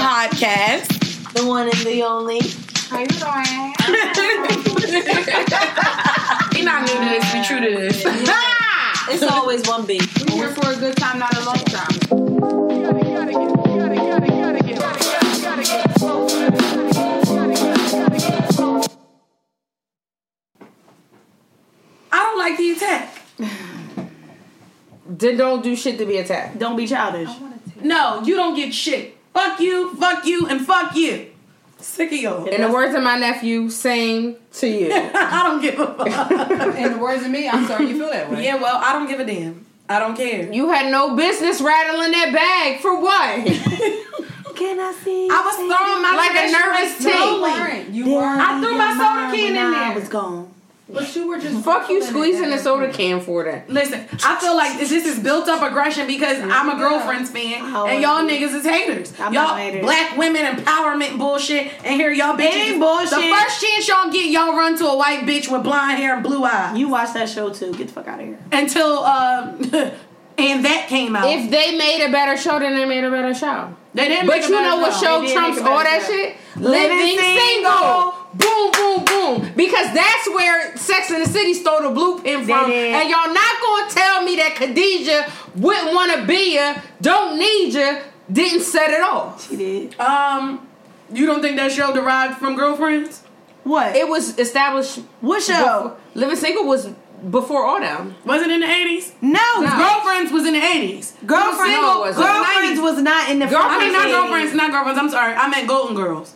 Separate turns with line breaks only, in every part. podcast.
The one and the only.
How you doing?
Be not new to this. Be true to this.
It's always one B.
We're here for a good time, not a long time.
I don't like the attack. Then don't do shit to be attacked.
Don't be childish.
No, you don't get shit. Fuck you, fuck you, and fuck you.
Sick of y'all.
In the words of my nephew, same to you.
I don't give a fuck.
In the words of me, I'm sorry you feel that way.
yeah, well, I don't give a damn. I don't care.
You had no business rattling that bag for what?
Can I see?
I was throwing my
Like a nervous
trash away
tea.
You
slowly.
weren't. You weren't.
I threw my soda can in
When I
there.
was gone.
but you were just.
Fuck
feeling
you
it.
squeezing the soda can for that.
Listen, I feel like this is built up aggression because I'm a
Yeah.
girlfriend's fan
Oh,
and y'all niggas is haters.
I'm
y'all
not haters.
black women empowerment bullshit and here y'all bitches.
ain't bullshit.
The first chance y'all get, y'all run to a white bitch with blonde hair and blue eyes.
You watched that show too. Get the fuck out of here.
Until uh, and that came out.
If they made a better show, then they made a better show.
they didn't,
But
make a
you
bad
know what show
They did
trumps
make a
all
bad
that
show.
shit? Living single. Boom, boom, boom. Because that's where Sex and the City stole the blueprint from.
did.
And y'all not gonna tell me that Khadijah wouldn't wanna be ya, don't need ya, didn't set it off.
She did.
Um, you don't think that show derived from girlfriends?
What?
It was established
what show?
Living Single was before all them.
Was it in the eighties?
No.
No.
Girlfriends was in the eighties.
Girlfriend,
No, it wasn't.
girlfriends was not in the.
I
Girlfriends-
mean, not
fucking 80s.
girlfriends, not girlfriends. I'm sorry, I meant Golden Girls.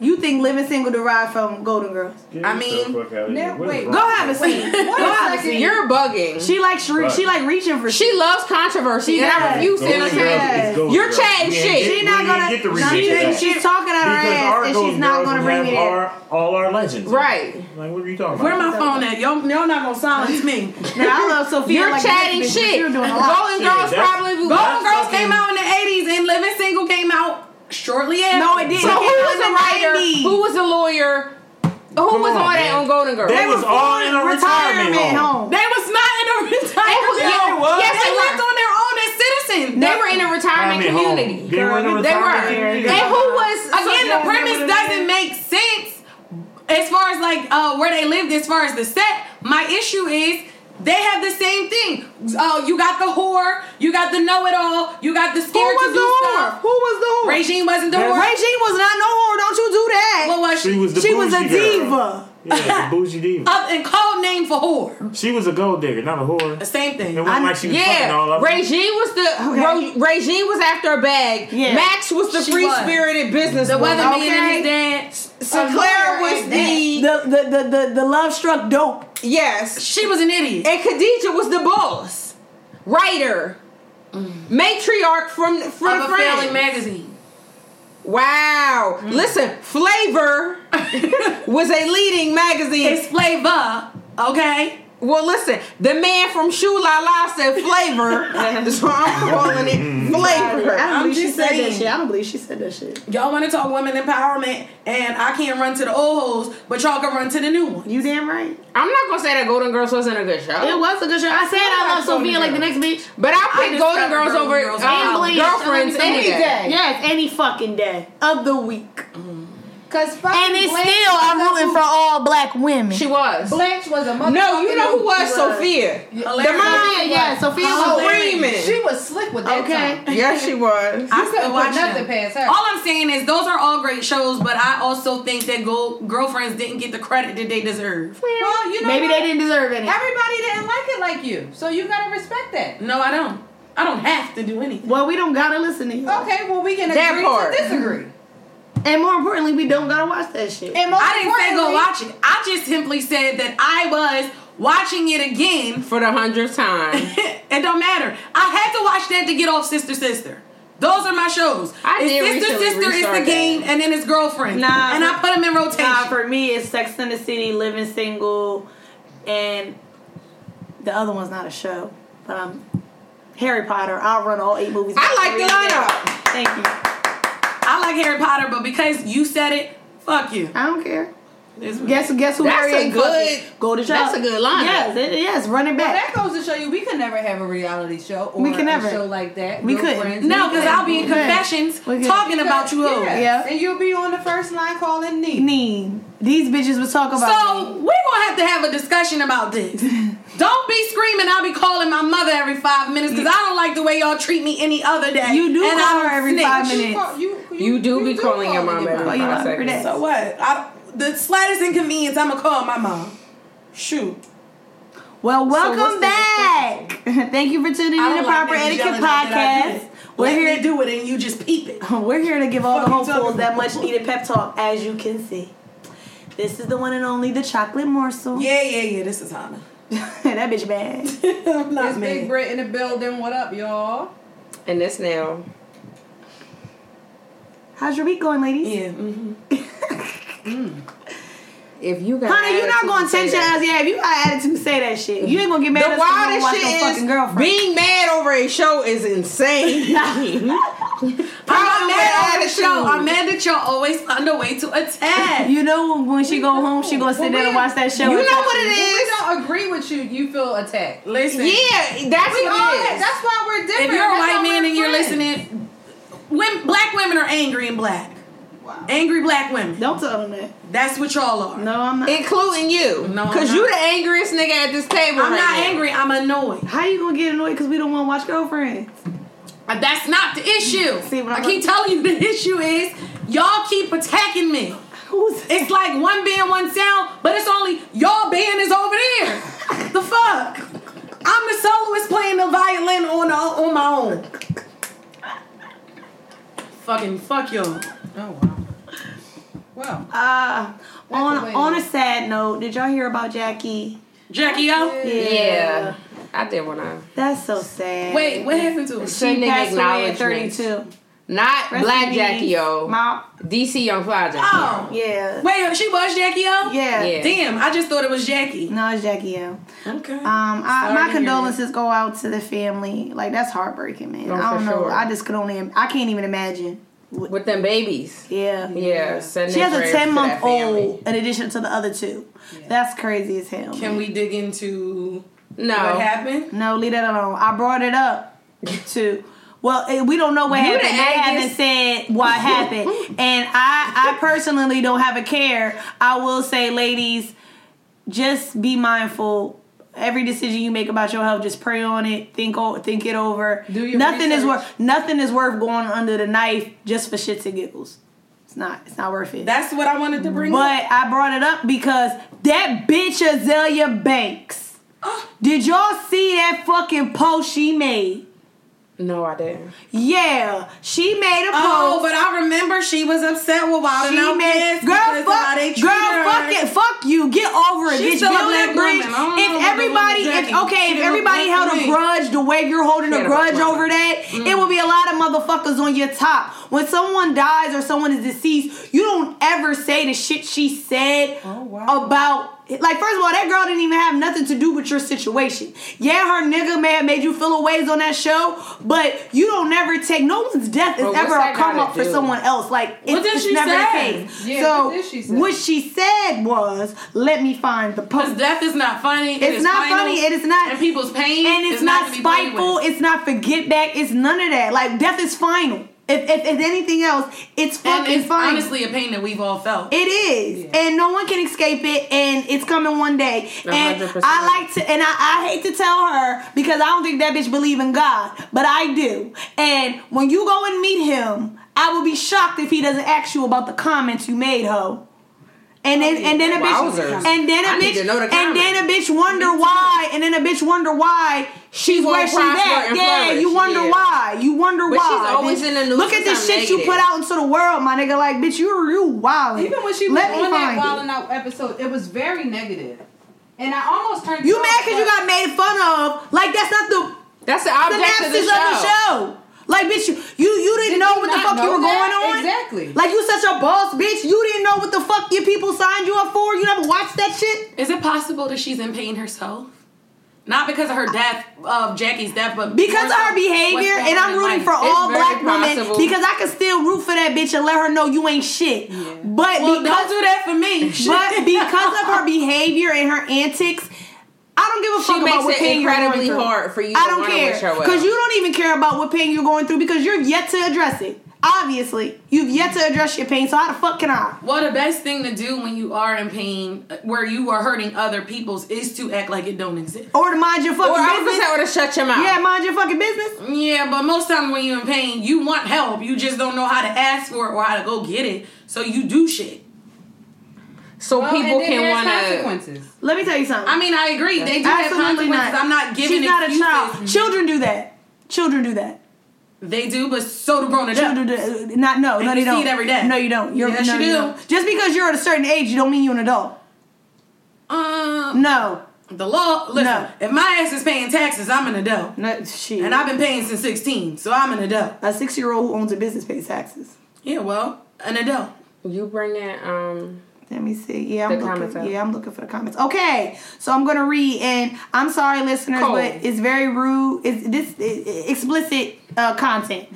You think Living Single derived from Golden Girls?
I mean-
Now, wait,
Go have a seat. Go have a
second.
seat.
You're bugging. She,
She like shre- she like reaching for. shit.
loves controversy,
She
and
does.
I refuse to
Golden Girls.
entertain. You're chatting shit.
She not gonna.
Get the
she, she's talking out her ass, and she's not gonna bring me there.
Our, all our legends.
Right.
Like, what are you talking
Where my
about?
phone at? Y'all, y'all not gonna silence me.
Now I love Sophia.
You're
like
chatting
this bitch, but
shit.
You're
Golden
doing a lot.
Shit,
Girls
that's-
probably was-
Golden Girls
fucking-
came out in the '80s, and Living Single came out shortly after.
No, it didn't.
So who was
in
a writer?
90s.
Who was a lawyer? Who
Come
was
on,
all that
man.
on Golden Girls?
They was all in a retirement home.
They was not in a retirement.
They was-
home.
yeah, they was. Yes,
they
they
lived
were.
on their own as citizens.
They were in a retirement
Retirement home.
community.
They were in a
Girl,
They were.
retirement community.
And who was
Again,
so-
the premise doesn't make sense as far as like uh, where they lived, as far as the set. My issue is they have the same thing. Uh, you got the whore, you got the know it all, you got the
Who
scared
was
to
the
do
whore?
stuff.
Who was the whore?
Regine wasn't the whore.
Regine was not no whore. Don't you do that?
What was she?
She was the
she was a
bougie girl.
diva.
Yeah, the bougie diva.
Up and code name for whore.
She was a gold digger, not a whore.
The
It
same thing.
wasn't like she was fucking all
Yeah,
of them.
Regine was the
Okay.
Ro- Regine was after a bag.
Yeah.
Max was the
She
free
was.
spirited business.
the
woman.
weatherman and
okay?
his dad.
Sinclair
A lawyer
was
and
the
The the the the, the love struck dope.
yes,
She was an idiot.
and Khadija was the boss, writer, matriarch from from
Of a failing
France.
magazine.
Wow,
Mm.
listen, Flavor was a leading magazine.
It's flavor, okay?
well, listen, the man from Shoe La La said Flavor, so I'm calling it Flavor.
I'm just saying.
I don't believe she said that shit.
Y'all want to talk women empowerment, and I can't run to the old hoes, but y'all can run to the new one.
You damn right.
I'm not gonna say that Golden Girls wasn't a good show.
It was a good show. I said I love Sophia like the next bitch.
But I picked
just
Golden
prefer
Girls
Golden
over
Girls.
uh,
And
Bleach.
girlfriends
I mean,
any
any
day.
Yes, any fucking day of the week.
Cause fucking
And it's
Blanche
still
was
I'm
a
rooting
who-
for all black women.
She was.
Blanche was a mother.
No, you know who was,
She
Sophia.
Hilarious.
The mom.
Sophia,
yeah, Sophia
was
Hilarious.
Freeman.
She was slick with that.
Okay.
tongue.
Yes, she was.
I
couldn't
still
put
watch them.
nothing past her.
All I'm saying is those are all great shows, but I also think that go- girlfriends didn't get the credit that they deserve.
Well, you know
Maybe
what?
they didn't deserve any.
Everybody didn't like it like you, so you gotta respect that.
No, I don't. I don't have to do anything.
Well, we don't gotta listen to you.
Okay, well we can
That
agree
part.
to disagree.
And more importantly, we don't gotta watch that shit.
And most
I didn't say go
importantly-
watch it. I just simply said that I was watching it again.
For the hundredth time.
it don't matter. I had to watch that to get off Sister Sister. Those are my shows.
I
it's
did
Sister
recently
Sister is
restart
the
that.
game, and then it's girlfriend.
Nah,
and I put them in rotation.
Nah, for me, it's Sex in the City, Living Single, and the other one's not a show, but um, Harry Potter. I'll run all eight movies.
I like the lineup.
Thank you.
I like Harry Potter, but because you said it, fuck you.
I don't care.
It's-
Guess guess who
That's
Mary
a
ain't fucking?
good-
Go to jail.
that's a good lineup.
Yes, it, yes, running
Well,
back.
that goes to show you we could never have a reality show or
We could never.
a show like that.
We
Real
couldn't.
Friends.
No,
We
because I'll be in
We good.
confessions
We good.
talking about you. hoes.
Yeah.
Yeah.
And you'll be on the first line calling me.
Need these bitches was talk about.
So we're gonna have to have a discussion about this. don't be screaming. I'll be calling my mother every five minutes because I don't like the way y'all treat me any other day.
You do
and I
call her
don't
every
snitch.
five
You,
minutes.
call, you, you,
You do be calling your mom
calling
every
mom.
five
Oh, you are.
seconds.
So what? I, the slightest inconvenience, I'ma call my mom. Shoot.
well,
what's
welcome
the
back. Thank you for tuning
I
in
don't
to
like
Proper
niggas
Etiquette
yelling out that I do
Podcast.
it.
We're
Let
here
me Uh-huh. do it and you just peep it.
We're here to give all the
Fuck you
hopefuls
talking
that much needed pep talk, as you can see. This is the one and only, the chocolate morsel.
Yeah, yeah, yeah. This is Hannah.
that bitch bad.
I'm not
It's Big
mad.
Brit in the building. What up, y'all?
And this now.
How's your week going, ladies?
Yeah. hmm
If you got
Honey, you're not
attitude,
going to
say
tension
that.
us. Yeah, if you got attitude, say that shit. You ain't going to get mad
The
at us 'cause you
wildest
don't watch no
shit
fucking
is
girlfriend.
being mad over a show is insane.
I'm not
Problem
mad at the
with attitude.
show. I'm mad that y'all always find a way to attack.
you know when she go home, she gonna sit there and watch that show.
You
and
know
talk
what
to
it
you.
If we
is.
don't agree with you, you feel attacked.
Listen.
Yeah, that's
We all
what it is.
that's why we're different.
If you're a
That's
white
why
man
we're
and you're
friends.
listening, women, black women are angry and black. Angry black women.
Don't tell them that.
That's what y'all are.
No, I'm not.
Including you.
No, I'm
Because you
not.
the angriest nigga at this table.
I'm
right
not
now.
angry. I'm annoyed.
How you gonna get annoyed because we don't want to watch girlfriends?
That's not the issue.
See what
I
I'm-
keep telling you the issue is y'all keep attacking me.
Who's
It's like one band, one sound, but it's only y'all band is over there. the fuck? I'm the soloist playing the violin on on my own. Fucking fuck y'all.
Oh wow. Well,
uh on
the way
on
it
a sad note? Did y'all hear about Jackie?
Jackie O.
Yeah. I did when I.
that's so sad.
Wait, what happened to us?
she
Sending
passed away at
acknowledgements.
32.
Not
Rest in
Black
peace.
Jackie O.
My
DC Young Fly Jackie. O.
Oh.
yeah.
Wait, she was Jackie O?
Yeah.
Yeah.
Damn, I just thought it was Jackie.
No, it's Jackie O.
Okay.
Um, I,
Sorry to
my
hear
condolences go out to the family. Like that's heartbreaking, man.
Oh,
I don't
for
know.
sure.
I just could only. I can't even imagine.
With them babies.
Yeah.
Yeah. send
She
their
has a
prayers to
ten
that
month
family.
old in addition to the other two. That's crazy as hell.
Can we dig into
No.
what happened?
No, leave that alone. I brought it up to. Well, eh, we don't know what
You the
happened. They haven't
Aggies.
said what happened, and I, I personally don't have a care. I will say, ladies, just be mindful. Every decision you make about your health, just pray on it. Think o- think it over.
Do your
nothing is
research.
worth nothing is worth going under the knife just for shits and giggles. It's not. It's not worth it.
That's what I wanted to bring up.
But I brought it up because that bitch Azalea Banks. Did y'all see that fucking post she made?
No, I didn't.
Yeah, she made a
Oh,
post.
but I remember she was upset with Wild
she
and Out
made
Kids because
girl
of how
fuck
they treated
girl
her.
fuck it fuck you get over it
She's
bitch
still a
build that
black
bridge
woman. I don't know
if
what the
everybody
fuck
if
Jackie-
okay
she
if
don't
everybody
fuck
held
with
a
me.
grudge the way you're holding a
She had a black
grudge over
woman.
that
Mm-hmm.
it will be a lot of motherfuckers on your top when someone dies or someone is deceased you don't ever say the shit she said
Oh,
wow.
about like first of all that girl didn't even have nothing to do with your situation yeah her nigga may have made you feel a ways on that show but you don't never take no one's death is
But what's
ever a
that
come
gotta
up for
do?
someone else like
What
it's,
did
it's
she
never
say?
the case.
Yeah,
so
what did she say?
what she said was, "Let me find the
Because
post."
death is not funny. It
It's
is
not
final,
funny, it is not-
And people's pain.
And it's
is
not
to be played
spiteful.
with.
It's not forget back. It's none of that. Like death is final. If if, if anything else, it's
And
fucking
it's
final.
honestly a pain that we've all felt.
It is, and no one can escape it, and it's coming one day. And
100%.
I like to, and I, I hate to tell her because I don't think that bitch believe in God, but I do. And when you go and meet him, I will be shocked if he doesn't ask you about the comments you made, ho. And then, and then a bitch,
Wowzers.
and then
I
a
need
bitch,
to know the
and then a bitch wonder why, and then a bitch wonder why she's
won't
where she's
prosper
at.
and
Yeah,
flourish,
you wonder
yeah.
why. You wonder
But
why.
she's always
bitch.
in the news
Look at
for
the
something
shit you
negative.
put out into the world, my nigga. Like, bitch, you you wild.
Even when she was
Let me
on that
find
Wild
it.
and Out episode, it was very negative. And I almost turned
You
it
mad
off,
because you
but-
got made fun of? Like, that's not the
That's the
the
object of the
emphasis
show.
of the show. Like, bitch, you you, you didn't
Did
know
you
what the
not
fuck you
know
were
that?
going on.
Exactly.
Like, you such a boss, bitch. You didn't know what the fuck your people signed you up for. You never watched that shit.
Is it possible that she's in pain herself? Not because of her death, of Jackie's death, but
because of her behavior,
what's going
and
on
I'm
in
rooting
life.
for
It's
all
very
black women
possible.
because I can still root for that bitch and let her know you ain't shit. But
Well, don't
because
do that for me.
but because of her behavior and her antics, I don't give a
She
fuck about
makes
what
it
pain
incredibly
you're going through.
hard for you
I
to
don't
wanna
care
wish her well.
because you don't even care about what pain you're going through because you're yet to address it. Obviously, you've yet to address your pain. So how the fuck can I?
Well, the best thing to do when you are in pain, uh, where you are hurting other people's, is to act like it don't exist.
Or to mind your fucking
Or I was
business?
that would have shut your mouth.
Yeah, mind your fucking business.
Yeah, but most times when you're in pain, you want help. You just don't know how to ask for it or how to go get it. So you do shit.
So
Well,
people
and then
can
there's
want to.
consequences.
Let me tell you something.
I mean, I agree. They do
Absolutely
have
not.
consequences. I'm not giving
She's not a
excuses. Mm-hmm.
child. Children do that. Children do that.
They do, but so do grown adults.
Children do not. No, no,
you
they
see
don't.
it every day.
No, you don't. You're,
Yes,
no,
you do.
don't. Just because you're at a certain age, you don't mean you're an adult.
Um,
No,
the law. Listen,
No.
if my ass is paying taxes, I'm an adult,
no, shit.
and I've been paying since 16, so I'm an adult.
a six-year-old who owns a business pays taxes.
Yeah, well, an adult.
You bring that. Um,
Let me see. Yeah, I'm
The
looking.
comments up.
Yeah, I'm looking for the comments. Okay, so I'm gonna read, and I'm sorry, listeners,
Cool.
but it's very rude. It's this i- i- explicit uh, content.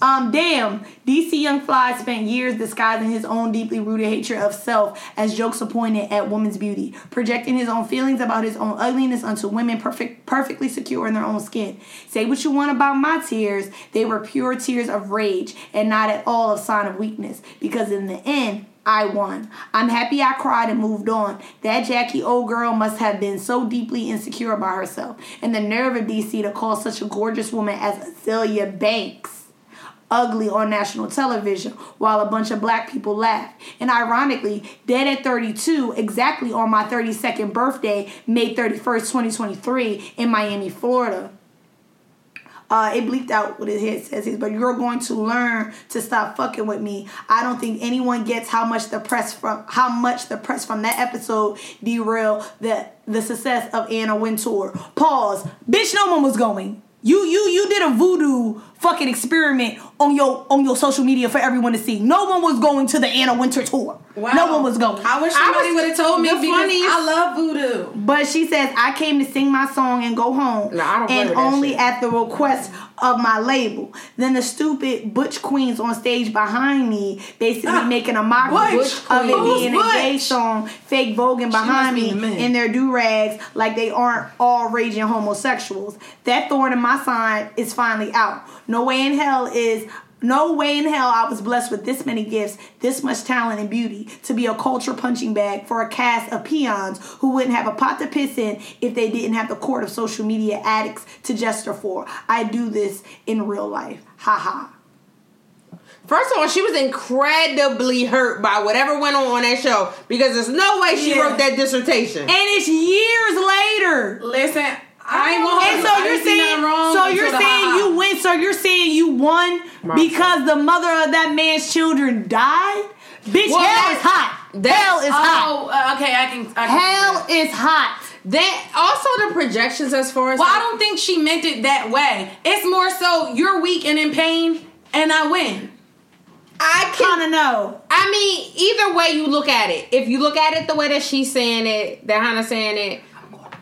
Um, damn, DC Young Fly spent years disguising his own deeply rooted hatred of self as jokes appointed at woman's beauty, projecting his own feelings about his own ugliness onto women perfect, perfectly secure in their own skin. Say what you want about my tears, they were pure tears of rage and not at all a sign of weakness, because in the end, I won. I'm happy I cried and moved on. That Jackie old girl must have been so deeply insecure about herself. And the nerve of DC to call such a gorgeous woman as Azalea Banks ugly on national television while a bunch of black people laugh. And ironically, dead at 32, exactly on my 32nd birthday, May 31st, 2023, in Miami, Florida. Uh, it bleeped out what it had says is, but you're going to learn to stop fucking with me. I don't think anyone gets how much the press from how much the press from that episode derailed the the success of Anna Wintour. Pause. Bitch, no one was going. You you you did a voodoo fucking experiment on your on your social media for everyone to see. No one was going to the Anna Wintour tour. No one was going.
I wish somebody
was-
would have told me
the
because
funniest-
I love voodoo.
but she says, I came to sing my song and go home.
No, I don't play
and
with that
only
shit.
at the request of my label. Then the stupid Butch Queens on stage behind me basically
Ah,
making a mockery
Butch
of it
Queens.
being
Who's
a gay
Butch?
song, fake voguing
must
behind me
be the man.
in their do rags like they aren't all raging homosexuals. That thorn in my side is finally out. No way in hell is. No way in hell I was blessed with this many gifts, this much talent and beauty to be a culture punching bag for a cast of peons who wouldn't have a pot to piss in if they didn't have the court of social media addicts to gesture for. I do this in real life. Ha ha.
first of all, she was incredibly hurt by whatever went on on that show because there's no way she
Yeah.
wrote that dissertation.
And it's years later.
Listen, I ain't gonna.
And
hold
so
you. I
you're
didn't see nothing
saying,
wrong
so
until
you're
the
saying
ha-ha.
you win. So you're saying you won because the mother of that man's children died. Bitch,
Well,
hell
that's-
is hot.
that's-
Hell is hot.
Oh, uh, okay, I can. I can
Hell is hot.
that also the projections as far as
Well, I don't think she meant it that way. It's more so you're weak and in pain, and I win.
I can
Kind of know.
I mean, either way you look at it, if you look at it the way that she's saying it, that Hannah's saying it,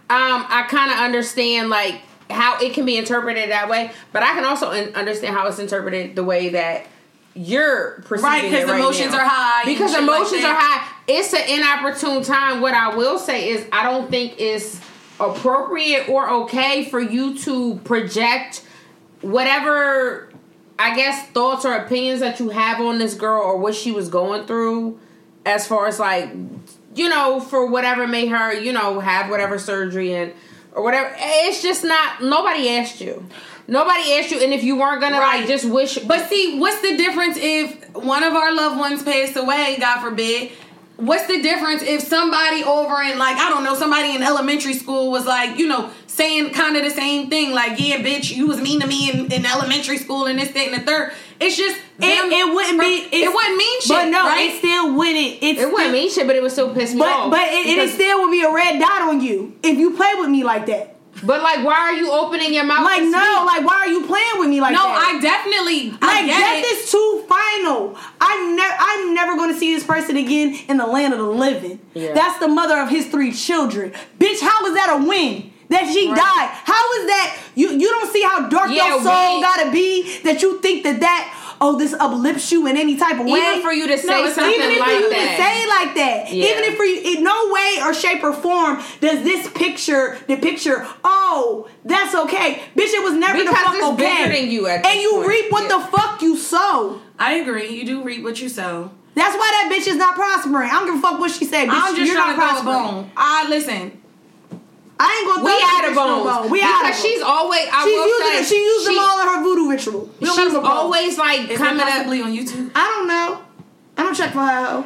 um, I kind of understand like how it can be interpreted that way, but I can also un- understand how it's interpreted the way that you're perceiving
Right,
it
'cause emotions
now.
are high and
Because
shit like
emotions
that.
are high. It's an inopportune time. What I will say is, I don't think it's appropriate or okay for you to project whatever I guess thoughts or opinions that you have on this girl or what she was going through as far as like you know for whatever made her you know have whatever surgery and or whatever it's just not nobody asked you nobody asked you and if you weren't gonna
Right.
like just wish
But see, what's the difference if one of our loved ones passed away, God forbid? What's the difference if somebody over in like I don't know, somebody in elementary school was like, you know, saying kind of the same thing, like, yeah, bitch, you was mean to me in, in elementary school and this, that, and the third. It's just
It,
them-
it wouldn't be.
it
it's-
wouldn't mean shit,
But no,
right?
it still wouldn't. It's
it
still-
wasn't me shit but it was still pissed me
But
off
but it, it
Because-
is still would be a red dot on you if you play with me like that.
but like why are you opening your mouth
Like
to
no,
speak?
like why are you playing with me like
no,
that?
I definitely I
Like
get
death
it.
is too final. I never, I'm never going to see this person again in the land of the living.
Yeah.
That's the mother of his three children. Bitch, how is that a win? that she died. How is that? You you don't see how dark
Yeah,
your soul
we-
gotta be that you think that that oh this uplifts you in any type of way.
Even for you to say
it's-
something
even if
like
for you
that.
to say it like that,
Yeah.
even if for you, in no way or shape or form does this picture the picture. Oh, that's okay, bitch. It was never the
Because
fuck
it's
okay.
bigger than you at
and
this
you
point.
reap what
Yeah.
the fuck you sow.
I agree. You do reap what you sow.
That's why that bitch is not prospering. I don't give a fuck what she said. Bitch,
I'm just
you're
trying
not
to throw a
prospering.
bone. I listen.
I ain't gonna
We
throw this
out of
bitch no
bones.
bone. We
because
out of
she's
bones.
always. I
she's
will
using
say,
it. She used
she-
them all in her voodoo ritual. We don't
She's
give a bone.
always like
It's
coming up.
possibly on YouTube.
I don't know. I don't check for her. hoe.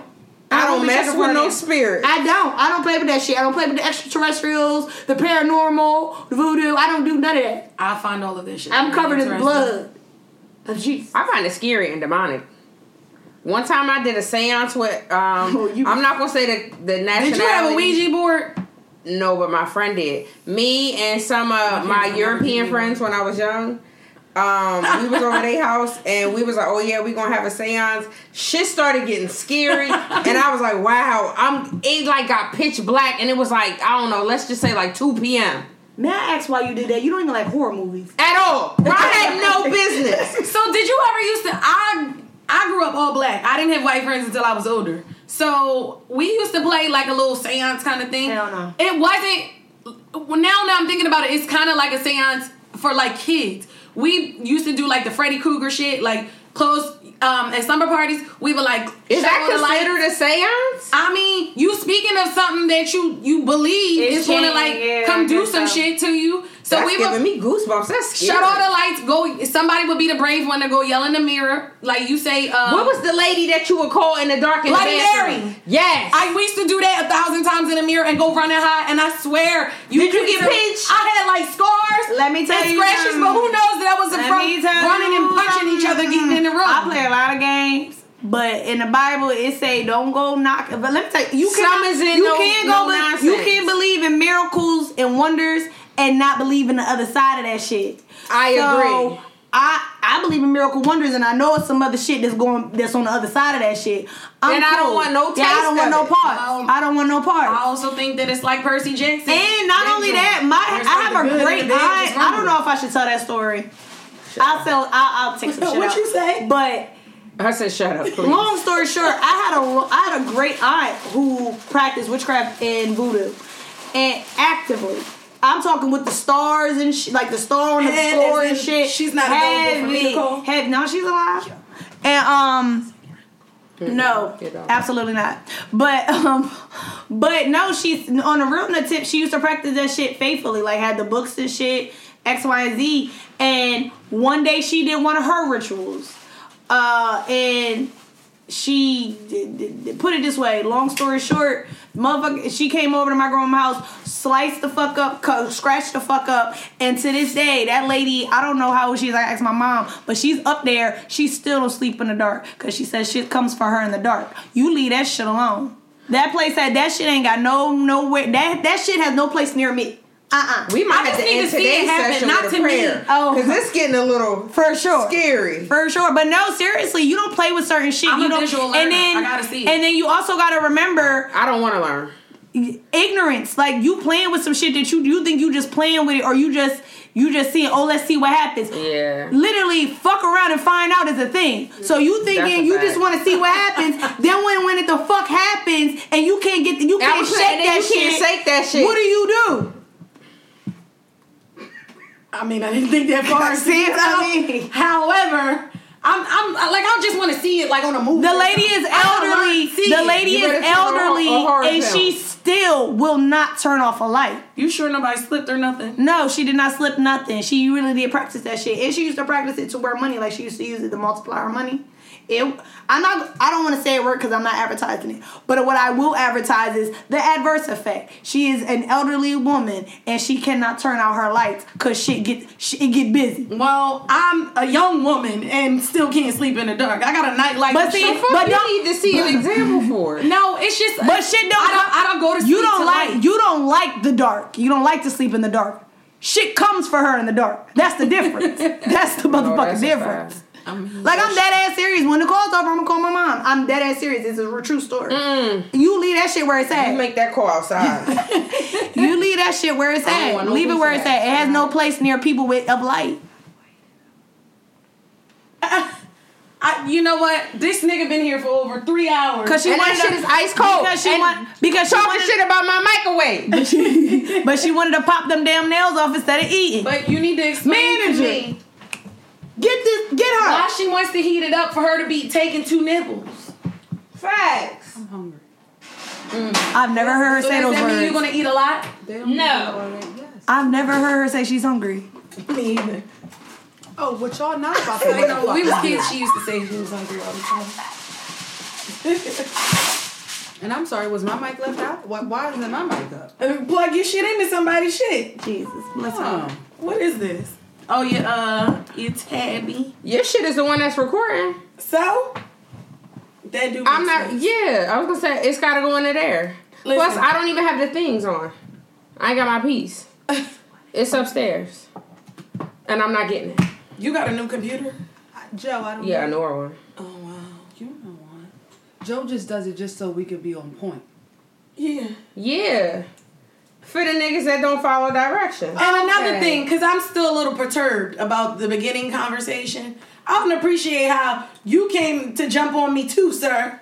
I don't
be
mess
checking for
with
her
no
name.
spirit.
I don't. I don't play with that shit. I don't play with the extraterrestrials, the paranormal, the voodoo. I don't do none of that.
I'll find all of this shit.
Mm,
I'm covered in
Interesting.
blood. Of Jesus.
I find it scary and demonic. One time I did a seance with um
Oh, you-
I'm not gonna say the the nationality.
Did you have a Ouija board?
No, but my friend did. Me and some of
I
my
remember
European
you.
friends when I was young. Um, we was over their house and we was like, oh yeah, we gonna have a seance. Shit started getting scary, and I was like, wow, I'm. It like got pitch black, and it was like I don't know. Let's just say like two p.m.
May I ask why you did that? You don't even like horror movies.
at all. I had no business.
So did you ever used to? I I grew up all black. I didn't have white friends until I was older. So we used to play like a little seance kind of thing.
Hell no.
It wasn't. Well, now that I'm thinking about it, it's kind of like a seance for like kids. We used to do like the Freddy Krueger shit, like close um, at summer parties. We would like
Is that
shower the lights.
considered a seance?
I mean, you speaking of something that you you believe
It's
is going to
shit,
like
yeah, I
come do
guess
some
so.
shit to you. So
That's
we
giving
would
me goosebumps. That's scary.
Shut all the lights. Go. Somebody would be the brave one to go yell in the mirror, like you say. Um,
What was the lady that you would call in the dark and
Bloody Mary.
Yes.
I we used to do that a thousand times in the mirror and go running high, and I swear you
Did you
couldn't
get
tell-
pinched?
I had like scars.
Let me tell
and
you
scratches,
something.
but who knows that was
Let
from
me tell
running
you
and punching each other,
something.
getting in the room.
I play a lot of games, but in the Bible it say don't go knock. But let me tell you, you
Some
can't.
is in
you
no-
can't
no
go. but you
nonsense.
can't believe in miracles and wonders and not believe in the other side of that shit.
I
So,
agree.
I, I believe in miracle wonders and I know it's some other shit that's going that's on the other side of that shit. I'm
And I don't
cool.
want no
yeah, I don't
taste
want
of
no
it.
parts.
Um,
I don't want no parts.
I also think that it's like Percy Jackson.
And not only that, my
There's
I have
something
a
good
great
in the bed,
I,
just
I don't
rumble.
know if I should tell that story. I'll tell. I'll, I'll take some shit
What
out.
you say?
But
I said, shut up, please.
long story short, I had a I had a great aunt who practiced witchcraft and voodoo, and actively. I'm talking with the stars and sh- like the star on the
And
floor
as in,
and shit.
she's not available for me to
Heavy.
call?
Heavy. No, she's alive. And um. No,
Get off.
absolutely not. But um, but no, she's on a real nut tip. She used to practice that shit faithfully, like had the books and shit, X, Y, and Z. And one day she did one of her rituals, uh, and she d- d- d- put it this way. Long story short, motherfucker, she came over to my grandma's house, sliced the fuck up, cut, scratched the fuck up, and to this day, that lady, I don't know how old she is. I asked my mom, but she's up there. She still don't sleep in the dark because she says shit comes for her in the dark. You leave that shit alone. That place that that shit ain't got no nowhere. That that shit has no place near me. Uh uh
We
I
might have
just
to
need
end
to see it
today's
happen,
session
not
with a
to me.
prayer.
Oh.
Because it's getting a little
For sure.
scary.
For sure, but no, seriously, you don't play with certain shit.
I'm
you
a
don't,
visual learner.
and then
I gotta see it.
and then you also gotta remember
I don't want to learn.
ignorance. Like you playing with some shit that you you think you just playing with it, or you just you just seeing. Oh, let's see what happens.
Yeah.
Literally, fuck around and find out is a thing. So you
That's a
thinking you just
fact.
want to see what happens. then when when it the fuck happens and you can't get the, you
I
can't
was
shake
saying,
that
you
shit.
can't shake that shit.
What do you do?
I mean, I didn't think that far.
See what I mean?
However, I'm I'm I- like I just want to see it like on a movie.
The lady is
I learned
elderly.
to see
The
it.
lady
You better
is
turn on a
elderly,
horror
and
film.
she still will not turn off a light.
You sure nobody slipped or nothing?
No, she did not slip nothing. She really did practice that shit, and she used to practice it to her money. Like she used to use it to multiply her money. It, I'm not. I don't want to say it worked because I'm not advertising it. But what I will advertise is the adverse effect. She is an elderly woman, and she cannot turn out her lights because shit get shit it get busy.
Well, I'm a young woman and still can't sleep in the dark. I got a nightlight.
But
and
see,
shit.
Fuck,
But
you
don't-
need to see an example for it.
no, it's just.
But shit don't.
I don't. I don't go to. Sleep
you don't
to
like
light.
you don't like the dark. You don't like to sleep in the dark. Shit comes for her in the dark. That's the difference. that's the motherfucking
that's a
difference.
fact.
Like I'm dead ass serious. When the call's over, I'm gonna call my mom. I'm
Mm.
dead ass serious. It's a true story. You leave that shit where it's at.
You make that call outside.
You leave that shit where it's
don't
at.
want no
leave it
piece
where
of
it's
that.
at. It has no place near people with of light.
I, you know what? This nigga been here for over three hours.
Cause she
And that
wanted
shit
to-
is ice cold.
Because she
And
want, because she
Talking
wanted,
shit about my microwave.
but, she, but she wanted to pop them damn nails off instead of eating.
but you need to explain
Manager.
to me
get this, get her.
why she wants to heat it up for her to be taking two nipples.
Facts.
I've never heard her
So
say
does
those
that mean
words.
you're gonna eat a lot?
No.
I've never heard her say she's hungry.
Me either.
Oh, what y'all not about to
Like,
know?
when we was kids, she used to say she was hungry all the time.
And I'm sorry, was my mic left out? Why, why isn't my mic up?
And plug your shit into somebody's shit.
Jesus, bless
Um,
her.
Oh.
What is this? Oh, your uh, your tabby.
Your shit is the one that's recording.
So that dude.
I'm not. Yeah, I was gonna say it's gotta go into there. Plus,
Listen.
I don't even have the things on. I ain't got my piece. it's upstairs, and I'm not getting it.
You got a new computer?
Joe, I don't
Yeah, I know our one.
Oh wow.
You know what? Joe just does it just so we could be on point.
Yeah.
Yeah, for the niggas that don't follow direction.
And another
Okay.
thing, because I'm still a little perturbed about the beginning conversation. I don't appreciate how you came to jump on me too, sir.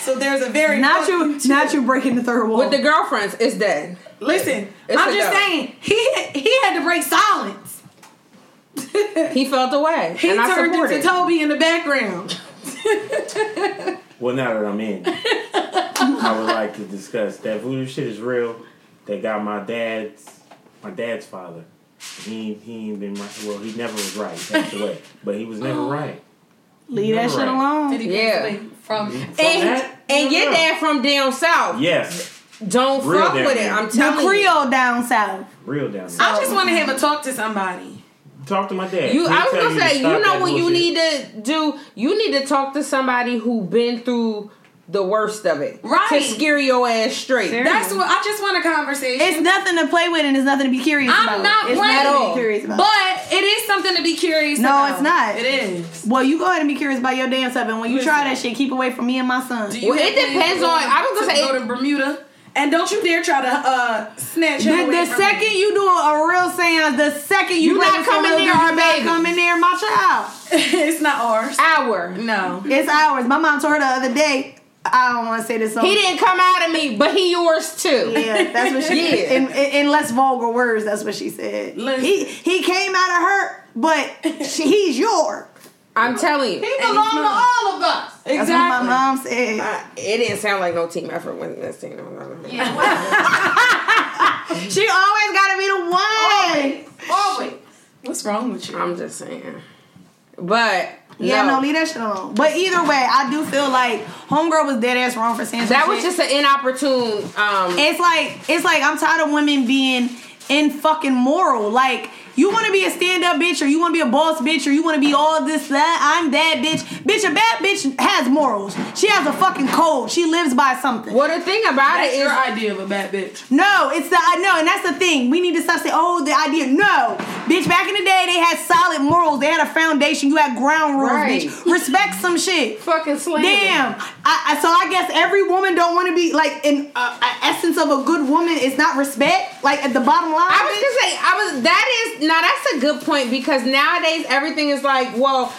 so there's a very
Not you,
fucking-
not you breaking the third wall.
With the girlfriends, it's dead.
Listen,
It's
I'm
a
just
no.
saying he he had to break silence.
He felt away,
He
and I
turned
supported.
into Toby in the background.
Well, now that I'm in, I would like to discuss that voodoo shit is real. That got my dad's my dad's father. He he ain't been right. Well, he never was right. That's the way. But he was never right.
Leave that shit
Right.
alone.
yeah,
From
From
and,
that,
and
you're
get
real.
that from down south.
Yes,
Don't
Real
fuck
down
with it.
there.
I'm
The
telling
Creole down south.
real down there.
I just want to have a talk to somebody.
Talk to my dad.
You,
He'll
I was
tell
gonna
to
say, you
stop
know
that
what you
bullshit.
need to do? You need to talk to somebody who been through the worst of it, To
Right.
scare your ass straight.
That's what I just want a conversation.
It's nothing to play with and it's nothing to be curious
I'm
about.
not
it's
playing.
nothing to
At all.
be curious about.
but it is something to be curious.
No,
about.
it's not.
It is.
well, you go ahead and be curious about your damn self, and when you try that shit, keep away from me and my son.
Do
Well,
have
it depends
plans
on- I was gonna
to
say-
go to Bermuda, and don't you dare try to uh snatch
The,
him away
the
from
second you do a, a real seance, the second you
You
play
not
with someone
coming
else,
near
you
our
not
baby.
coming near my child.
me. it's not ours.
Hour.
No,
It's ours. My mom told her the other day. I don't want to say this. So
He didn't come out of me, but he yours too.
Yeah, that's what she
Yeah.
in, in, in less vulgar words. That's what she said.
Listen.
He he came out of her, but she, he's your.
I'm telling you,
he belongs to all
Oh,
of us. Exactly.
That's what my mom said.
it didn't sound like no team effort when this thing. No, no, no.
she always got to be the one.
Always. What's wrong with you?
I'm just saying, but
Yeah, no.
no,
leave that shit alone. But either way, I do feel like homegirl was dead ass wrong for saying some
that was
shit.
just an inopportune. Um,
It's like it's like I'm tired of women being in fucking moral. Like you want to be a stand up bitch or you want to be a boss bitch or you want to be all this that I'm that bitch. Bitch, a bad bitch has morals. She has a fucking code. She lives by something.
well, the thing about
That's
it is,
your idea of a bad bitch.
No, it's the I know, and that's the thing. We need to stop saying, "Oh, the idea." No, bitch. Back in the day, they had solid morals. They had a foundation. You had ground rules,
Right.
bitch. Respect some shit.
fucking slander.
Damn. I, I so I guess every woman don't want to be like in uh, a essence of a good woman is not respect. Like at the bottom line.
I was gonna say, I was. That is now. That's a good point because nowadays everything is like, well,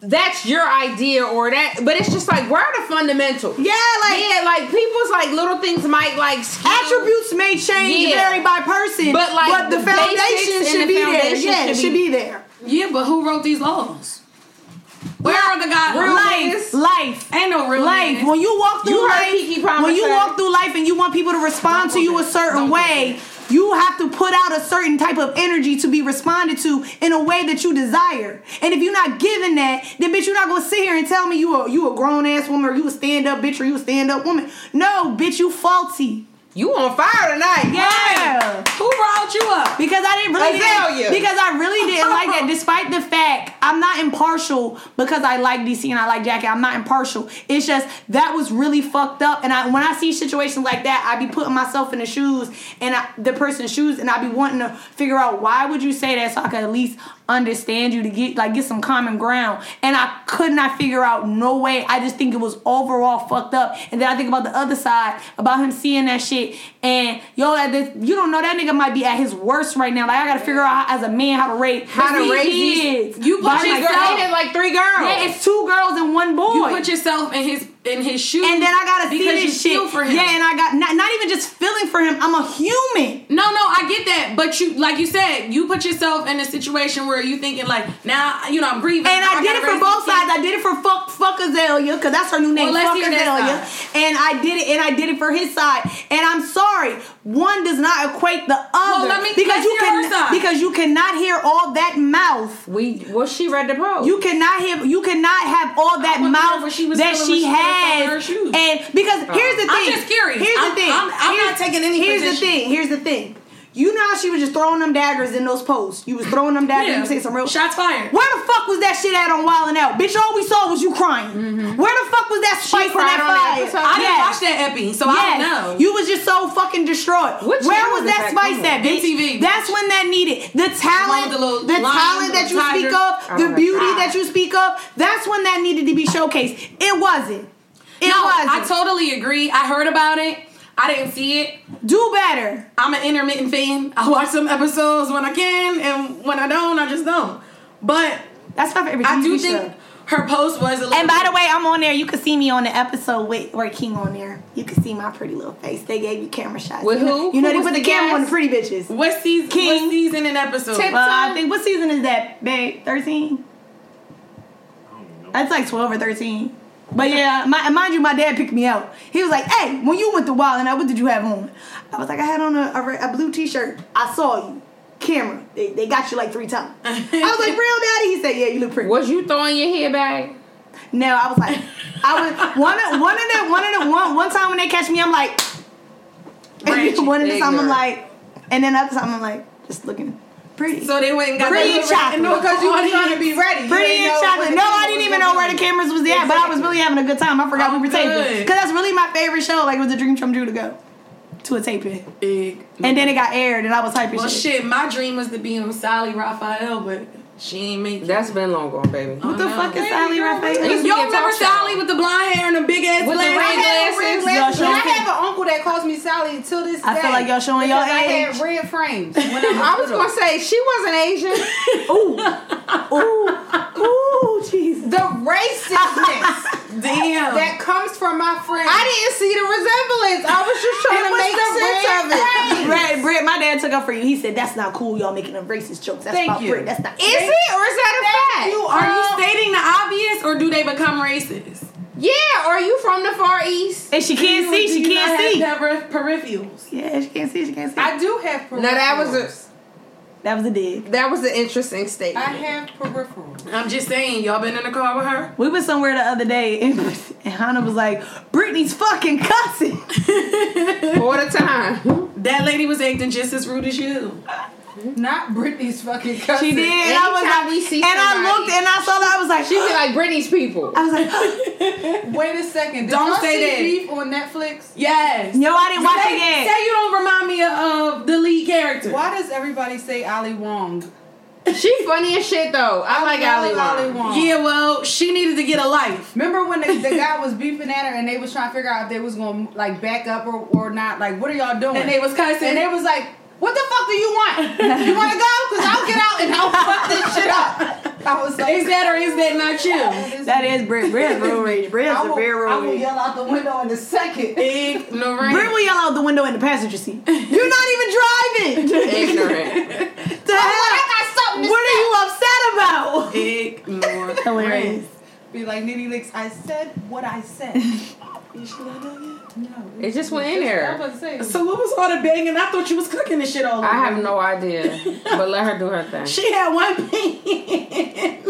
that's your idea or that, but it's just like, where are the fundamentals?
Yeah, like
yeah, like people's like little things might like skew.
attributes may change
Yeah.
vary by person,
But, like,
but the
the basics
foundation
and
should
the
be there.
foundation
Yeah,
should
it should
be-
be there.
Yeah, but who wrote these laws? Where are the guys?
Real
Life,
niggas.
life.
Ain't no real
life.
niggas.
When you walk through
You heard
life,
Keke Palmer
when you
say-
walk through life and you want people to respond to you a certain way, you have to put out a certain type of energy to be responded to in a way that you desire. And if you're not giving that, then bitch, you're not gonna sit here and tell me you a you a grown ass woman or you a stand up bitch or you a stand up woman. No, bitch, you faulty.
You on fire tonight?
Yeah.
Who riled you up?
Because I didn't really didn't-
Azalea.
because I really didn't like that. Despite the fact I'm not impartial because I like DC and I like Jackie. I'm not impartial. It's just that was really fucked up. And I when I see situations like that, I be putting myself in the shoes and I, the person's shoes, and I be wanting to figure out why would you say that so I could at least understand you to get like get some common ground. And I could not figure out no way. I just think it was overall fucked up. And then I think about the other side about him seeing that shit and yo, at this you don't know that nigga might be at his worst right now. Like I gotta figure out how, as a man how to rate
How to raise these-
kids. You
put your girl-
Dated like three girls.
Yeah, it's two girls and one boy.
You put yourself in his in his shoes,
and then I gotta see
because you
this
feel
shit.
for him.
Yeah, and I got not, not even just feeling for him. I'm a human.
No, no, I get that, but you, like you said, you put yourself in a situation where you thinking like, now, you know, I'm grieving,
And I, did
gotta
it for
raise these
both
kids.
sides. I did it for fuck fuck Azalea because that's her new name,
Well, let's
fuck
hear that
Azalea. And I did it, and I did it for his side. And I'm sorry, one does not equate the other
let me- let's
because you
hear her
can
side.
because you cannot hear all that mouth
We well, she read the post.
You cannot have you cannot have all that
wonder
mouth
what she was
that
feeling
she
when she put
has,
herself in her shoes.
and because
Oh.
here's the thing.
I'm just curious.
Here's the
I'm-
thing.
I'm- I'm not
here's,
taking any
Here's the
position.
thing. Here's the thing. You know how she was just throwing them daggers in those posts. You was throwing them daggers. You
Yeah.
was saying some real
Shots fired.
Where the fuck was that shit at on Wild and Out, bitch? All we saw was you crying. Where the fuck was that spice in
cried on that
that fire?
episode?
Mm-hmm. I didn't
Yes.
watch that epi, so I don't
Yes.
know.
You was just so fucking destroyed.
What
Where
channel
was
did
that
that
spice
come on?
at, bitch?
MTV.
That's when that needed. The talent,
with
the,
the little lion,
talent that
little
you speak
tiger.
of,
Oh
the
my
beauty
God.
that you speak of, that's when that needed to be showcased. It wasn't. It
no,
wasn't.
I totally agree. I heard about it. I didn't see it.
Do better.
I'm an intermittent fan. I watch some episodes when I can, and when I don't, I just don't. But
That's my favorite.
I
TV
do
show.
think her post was a little.
And by the way, I'm on there. You can see me on the episode with Ray King on there. You can see my pretty little face. They gave you camera shots.
With
you know,
who?
You know
Who
they
was
put the,
the
camera on the
guest?
pretty bitches. Uh,
what season?
King.
What season and episode?
Tip-
Uh, I think what season is that, babe? Thirteen.
I don't even know.
That's like 12 or 13. But yeah, my, and mind you, my dad picked me out. He was like, hey, when you went to Wild and I, what did you have on? I was like, I had on a, a re- a blue t shirt. I saw you. Camera. They, they got you like three times. I was like, real daddy? He said, yeah, you look pretty.
was you throwing your hair back?
No, I was like, I was, one of, one of the, one of the, one, one time when they catch me, I'm like, and
Ratchet,
then one of the time I'm
ignorant.
like, and then other time I'm like, just looking pretty.
so they went and got
Pretty
that little-
chocolate.
No,
Because you were trying to be ready. You
Pretty
didn't
and
know
chocolate.
what
No,
the
I
hell
didn't
was
even know
going
where
on.
the cameras was at, but I was really having a good time. I forgot we
I'm
were taping.
good.
Because that's really my favorite show. Like, it was a dream come true to go to a taping.
big.
And then it got aired, and I was hyping
Well,
shit.
shit, my dream was to be on Sally Raphael, but she ain't make it.
That's been long gone, baby.
What the
I know.
fuck is Sally
It used
Raphael?
to be
Y'all
a
remember
talk show.
Sally with the blonde hair and the big ass
With the
glasses?
red
I had
glasses?
red
Y'all
glasses.
showing-
And I have an uncle that calls me Sally till this
I
day.
feel like y'all showing
because
y'all
I
age.
had red frames. When I,
I was gonna say she wasn't Asian.
Ooh, ooh, Jesus.
the racistness
Damn.
that comes from my friend.
I didn't see the resemblance. I was just trying
It
to
was
make
the
sense
red
of it.
frames.
Brad, Brad, my dad took up for you. He said, that's not cool. Y'all making them racist jokes. That's
Thank
about
you.
Brit. That's not
Is it or is that a fact?
You
Are you
are
stating the obvious or do they become racist?
Yeah, are you from the Far East?
And she can't
Do you-
see. She
do you not
can't see.
have peri- Peripherals.
Yeah, she can't see. She can't see.
I do have peripherals.
Now that was a
That was a dig.
that was an interesting
I
statement.
have peripherals.
I'm just saying, y'all been in the car with her?
We was somewhere the other day, and, and Hannah was like, Britney's fucking cussing.
All the time.
That lady was acting just as rude as you.
Not Britney's fucking cousin.
She did. And I was
Anytime
like,
we see
and I
somebody-
looked and I saw that. I was like,
She be like Britney's people.
I was like,
Wait a second. Did
Don't
y'all
say
see
that.
Beef on Netflix?
Yes.
no, I didn't watch
say,
it yet.
say you don't remind me of uh, the lead character.
Why does everybody say Ali Wong?
She funny as shit though. I, like Ali
love
Wong.
Yeah, well, she needed to get a life.
Remember when the, the guy was beefing at her and they was trying to figure out if they was gonna like back up or, or not? Like, what are y'all doing?
And they was cussing.
and they was like, "What the fuck do you want? You want to go? Cause I'll get out and I'll fuck this shit up." I was like,
is that or is that not you?
That is Brit. Brit's real rage. Brit's
I
a
will,
real
I will
rage.
yell out the window in a second.
Brit
Ignorant.
will yell out the window in the passenger seat. You're not even driving.
Ignorant.
the hell?
I got something to
What are you upset about?
Ignorant.
Hilarious.
Be like, Nitty Licks, I said what I said. No,
It just went in
I
there.
was saying.
So what was all the banging? I thought you was cooking this shit all over.
I have no idea. But let her do her thing.
She had one pin.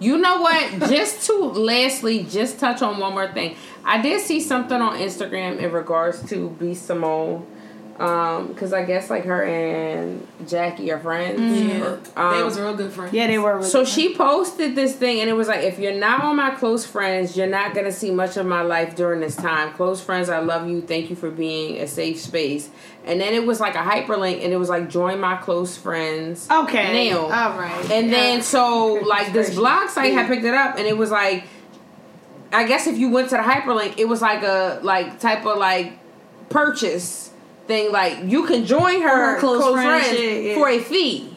You know what? just to lastly, just touch on one more thing. I did see something on Instagram in regards to B Simone Um, cause I guess like her and Jackie are friends.
Yeah.
Um,
they was real good friends.
Yeah, they were. Really
So she posted this thing and it was like, if you're not on my close friends, you're not gonna see much of my life during this time. Close friends, I love you. Thank you for being a safe space. And then it was like a hyperlink and it was like, join my close friends.
okay.
Now.
All right.
And then so like this blog site had picked it up and it was like I guess if you went to the hyperlink, it was like a like type of like purchase thing like you can join her
Her
close,
close
friends
friends, yeah, yeah.
for a fee.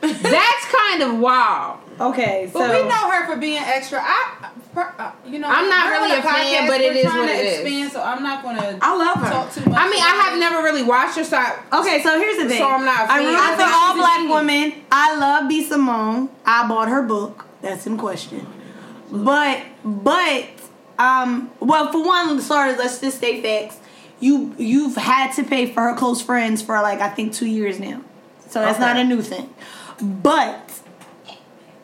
That's kind of wild.
okay. So
But we know her for being extra. I, per, uh, you know,
I'm not
we're on
really a fan, but it
we're
is
trying
what
to
it is.
expand, So I'm not gonna.
I love her.
Talk too much
I mean, I
about
have
it.
never really watched her, so I,
Okay, so here's the thing.
So I'm not a
I
fan.
root
I
for
think
all
she's a
black
genius.
women. I love B. Simone. I bought her book. That's in question. But but um well for one sorry let's just state facts. You you've had to pay for her close friends for like I think two years now. So that's not a new thing. But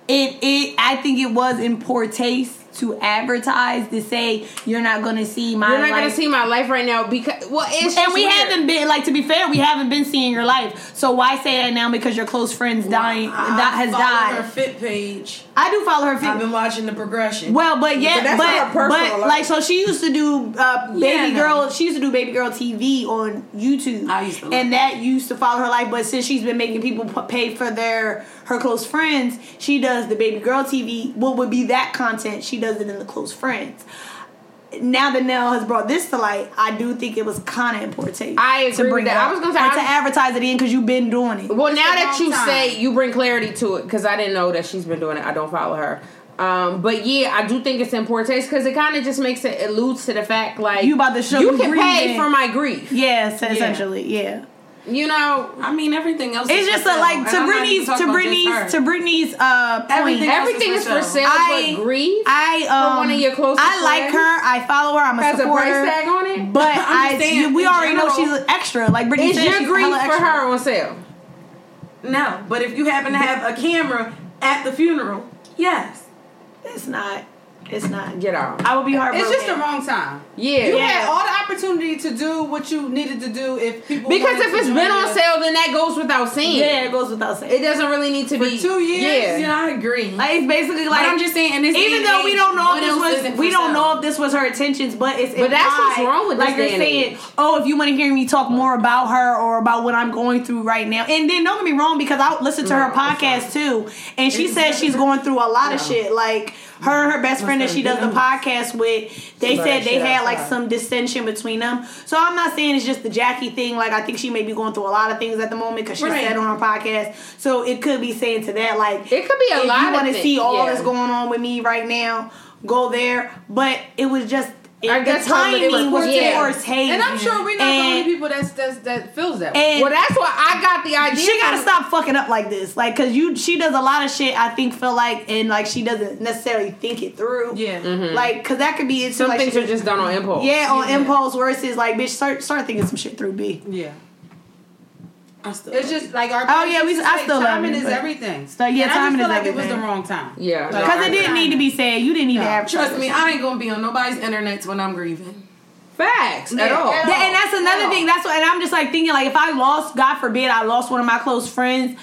it it I think it was in poor taste to advertise to say you're not gonna see my
you're not gonna
life
see my life right now because well, it's
and
just
we
weird.
haven't been like to be fair, we haven't been seeing your life. So why say that now because your close friend's dying that has
Follow
died?
Her fit page.
I do follow her
I've
feet.
been watching the progression.
Well, but yeah,
But that's not her
but but,
personal life.
like so she used to do uh, baby
Yeah, no.
girl. She used to do baby girl TV on YouTube.
I used to love
and that used to follow her life. But since she's been making people p- pay for their her close friends, she does the baby girl TV. What would be that content? She does it in the close friends. Now that Nell has brought this to light, I do think it was kind of important.
I agree with that. I was gonna say,
and to
I'm-
advertise it in because you've been doing it.
Well, now that
long
you
time.
say you bring clarity to it, because I didn't know that she's been doing it. I don't follow her. Um, but yeah, I do think it's important because it kind of just makes it alludes to the fact like
You about to show
you
you
can pay
grieving.
for my grief.
Yes, essentially, yeah.
You know,
I mean, everything else.
It's
is
just
for
a,
sale.
like
And
to
I'm not even
Brittany's to
talking about just her.
Brittany's to Brittany's uh point.
Everything else
everything is for sale,
I-
but grief
I um
one of your closest
I like
friends
her. I follow her. I'm a
has a
supporter.
price tag on it.
But
I'm
I
just saying,
we
in
already know she's
general-
an extra. Like Brittany
is
said,
your
she's hella
grief for
extra.
her on sale?
No, but if you happen to have a camera at the funeral, yes.
It's not. It's not.
Get out.
I would be heartbroken.
It's just the wrong time.
Yeah.
You had all the opportunity to do what you needed to do if people.
Because
wanted
if
to
it's
join
been on
you.
sale, then that goes without saying.
yeah, it goes without saying.
It doesn't really need to be
two years,
Yeah.
Yeah, I agree.
like it's basically
but
like
I'm just saying, in this
even
day
though
and
we
age,
don't know
what
if this
else
was
isn't
we
for
don't
sale?
know if this was her intentions, but it's
But that's what's
implied,
wrong with
like
this
you're
day and
saying.
age.
Oh, if you want to hear me talk more about her or about what I'm going through right now, and then don't get me wrong because I listened to her podcast too, and she says she's going through a lot of shit. Like her and her best friend that she does the podcast with, they
Somebody
said they
shit
had like
outside.
some dissension between them. So I'm not saying it's just the Jackie thing. Like I think she may be going through a lot of things at the moment because she
Right.
said on her podcast. So it could be saying to that like
It could be a
if
lot
you
of
wanna
things,
see all
yeah.
that's going on with me right now, go there. But it was just it,
I guess
the timing
it was-
was
yeah.
towards Haiti.
and I'm sure we're not the
And-
only people that's, that's that feels that. way.
and
Well, that's why I got the idea.
she gotta
from-
stop fucking up like this, like, cause you she does a lot of shit. I think feel like and like she doesn't necessarily think it through.
Yeah.
like, cause that could be it.
Mm-hmm.
too,
Some
like,
things
she-
are just done on impulse.
yeah on impulse. Versus like, bitch, start start thinking some shit through. B.
Yeah,
I still
it's just like our.
Oh, yeah, we-
used to
I
say
still love
timing
it,
is
but-
everything.
So, yeah,
and
timing
I just feel
is
like it
everything.
was the wrong time.
Yeah.
Like,
Cause it didn't need to be said. You didn't need to
No.
have
trust me. I ain't gonna be on nobody's internet when I'm grieving.
Facts at
Yeah.
all.
At
That- and that's another thing. That's what, and I'm just like thinking, like, if I lost, God forbid, I lost one of my close friends.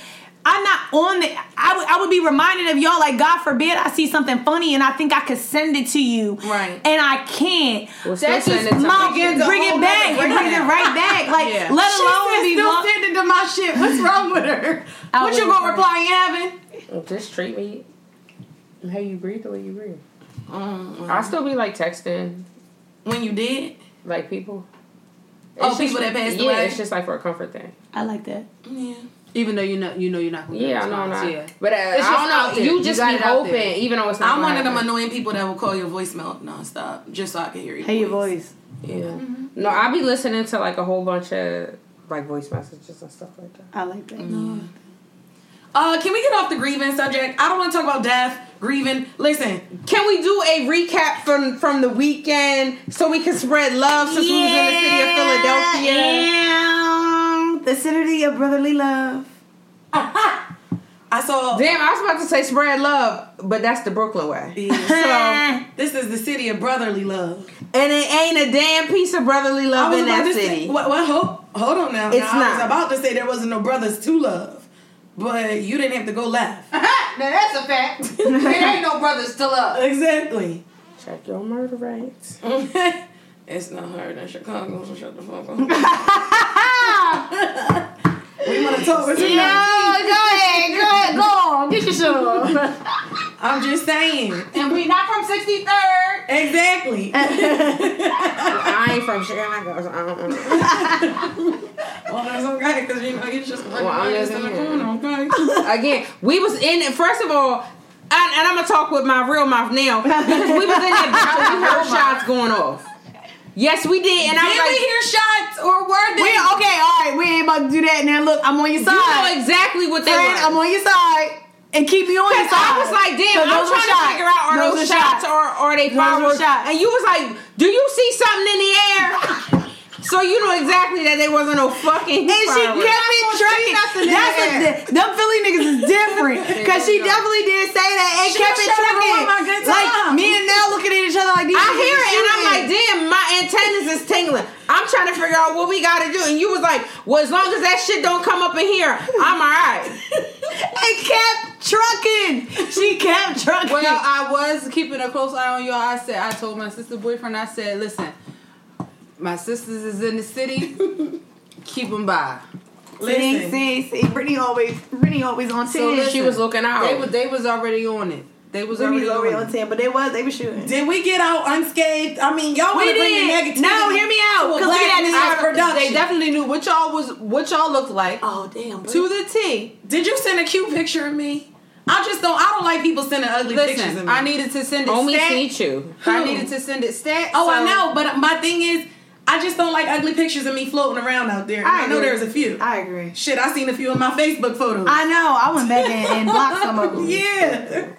I'm not on the. I would I would be reminded of y'all, like, God forbid, I see something funny and I think I could send it to you,
Right.
And I can't.
We're still
That's just
sending something.
Mom,
begins a
bring it
whole
back. It
nother
brings it right back. Like,
Yeah.
let
She
alone
said
be
still
lost.
sending to my shit. What's wrong with her?
I
what you gonna
wouldn't try.
reply in heaven?
Just treat me how you breathe the way you breathe.
Mm,
I still be like texting
when you did,
like people.
Oh,
It's
people
just-
that passed
yeah,
away?
it's just like for a comfort thing.
I like that.
yeah.
Even though you know you know you're not. Gonna get a
Yeah, I know I'm
response,
not.
Yeah.
But uh,
It's just
I
out
don't know.
there.
You
You
just
got
be
it out
hoping,
there.
even though it's not.
I'm one of them
gonna
annoying people that will call your voicemail nonstop just so I can hear you.
Hey, your voice.
happen. Yeah. No, I be listening to like a whole bunch of like voice messages and stuff like that.
I like that.
Mm. Uh, can we get off the grieving subject? I don't want to talk about death, grieving. Listen,
Can we do a recap from from the weekend so we can spread love since we was in the city of Philadelphia?
Yeah. The city of brotherly love.
I saw.
Damn, I was about to say spread love, but that's the Brooklyn way.
Yeah, so this is the city of brotherly love.
And it ain't a damn piece of brotherly
I
love
was
in
about
that
to
city.
Say, what, what? Hold, hold on now.
It's
Now, I was
not.
about to say there wasn't no brothers to love, but you didn't have to go left.
now that's a fact. there ain't no brothers still up.
exactly.
Check your murder rates.
it's not hard in Chicago, so shut the fuck up. we want to talk with you.
Uh,
ahead, go ahead, go on, get your show.
I'm just saying.
And we not from 63rd.
Exactly.
I ain't from Chicago, so I don't know.
well, that's okay, because you know you just
Well, I'm
right
just
in the
here.
corner, okay?
Again, we was in it. First of all, and, and I'm gonna talk with my real mouth now. We was in that bitch. We heard shots going off. Yes, we did, and I was
Did we
like,
hear shots or were
We,
they?
okay, all right, we ain't about to do that now. Look, I'm on
you
your side.
know exactly what they
Friend, I'm
were.
on your side. And keep me on your
Because
side.
I was like, damn,
'Cause
I'm
those were
trying to
shots.
figure out are those,
were
shots, or are they
were
fireworks?
shots.
And you was like, do you see something in the air? so you know exactly that they wasn't no fucking.
And she
fireworks.
kept it trucking. That's a, them Philly niggas is different. Cause she definitely did say that and kept it
should've
trucking.
ruined my good
Like
time.
me and Nell looking at each other like these.
I
niggas
hear
is
it and I'm
shooting.
like, damn, my antennas is tingling. I'm trying to figure out what we gotta do. And you was like, well, as long as that shit don't come up in here, I'm alright.
it kept trucking. She kept trucking.
Well, I was keeping a close eye on y'all. I said, I told my sister boyfriend, I said, listen, my sisters is in the city. Keep them by.
see,
Listen,
see, see. Brittany always, Brittany always on ten.
So listen,
she was looking out.
They was, they was already on it. They was
Brittany's always
already on
on
it.
ten, but they was, they were shooting.
did we get out unscathed? I mean, y'all want to bring the negativity.
No, hear me out.
to a
Cause we
black
had this.
man's production.
They definitely knew what y'all was, what y'all looked like
oh damn.
to the T.
Did you send a cute picture of me? I just don't. I don't like people sending ugly pictures of
Listen,
me.
I needed to send it
Only
stat.
see you.
I needed to send it stat.
oh, I
so-
know, but my thing is, I just don't like ugly pictures of me floating around out there. I,
I
know
agree.
there's a few.
I agree.
Shit, I seen a few in my Facebook photos.
I know. I went back and, and blocked some of them.
yeah.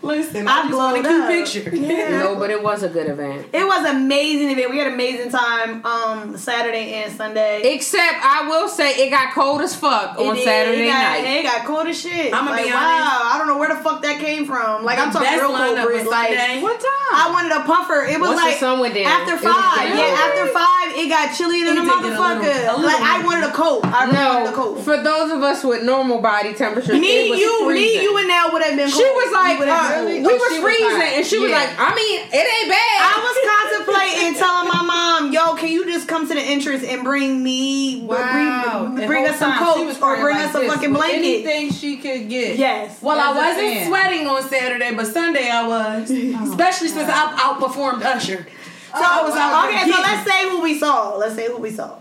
Listen, I,
I
just want a
glowed
cute
up.
picture.
No, but it was a good event.
It was amazing event. We had an amazing time um Saturday and Sunday.
Except I will say it got cold as fuck on
It did.
Saturday
it got,
night.
It got cold as shit.
I'ma be
like,
honest.
Wow, I don't know where the fuck that came from. Like I'm
The
talking
best
real cold
lineup
breeze.
was
Like
Sunday.
what time? I wanted a puffer. It was
Once the
like
sun went down,
after
it was
five.
down.
yeah, after five, it got chilly than
It
a
did get a
motherfucker.
little- a little
like I wanted a coat. I really wanted a
No,
coat.
for those of us with normal body temperature, it
me,
was
you,
freezing.
me, you, and Nell would have been.
She
cold.
was
We
like,
would have
uh,
been-
we was
Oh, she was
freezing,
hot.
and she was
Yeah.
like, I mean, it ain't bad.
I was contemplating telling my mom, "Yo, can you just come to the entrance and bring me,
Wow.
bring,
And
bring
whole
us some
time, she
coats
was
or
crying
bring
like
us a
this,
fucking
with
blanket?"
Anything she could get.
Yes.
Well, I
As a
wasn't
fan.
sweating on Saturday, but Sunday I was. Especially since I outperformed Usher.
So
I was out there
okay, so
getting
let's say who we saw. Let's say who we saw.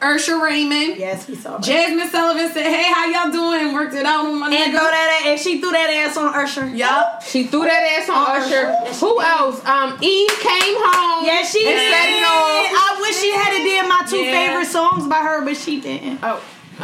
Ursha Raymond.
Yes, we saw. her.
Jasmine Sullivan said, "Hey, how y'all doing?" And worked it out on my
and
nigga.
throw that ass, and she threw that ass on Usher.
Yup.
She threw that ass on
Uh-uh.
Usher. Who else? Um, Eve came home.
Yeah, she
and
did.
set it off.
I wish she had did my two
Yeah.
favorite songs by her, but she didn't.
Oh.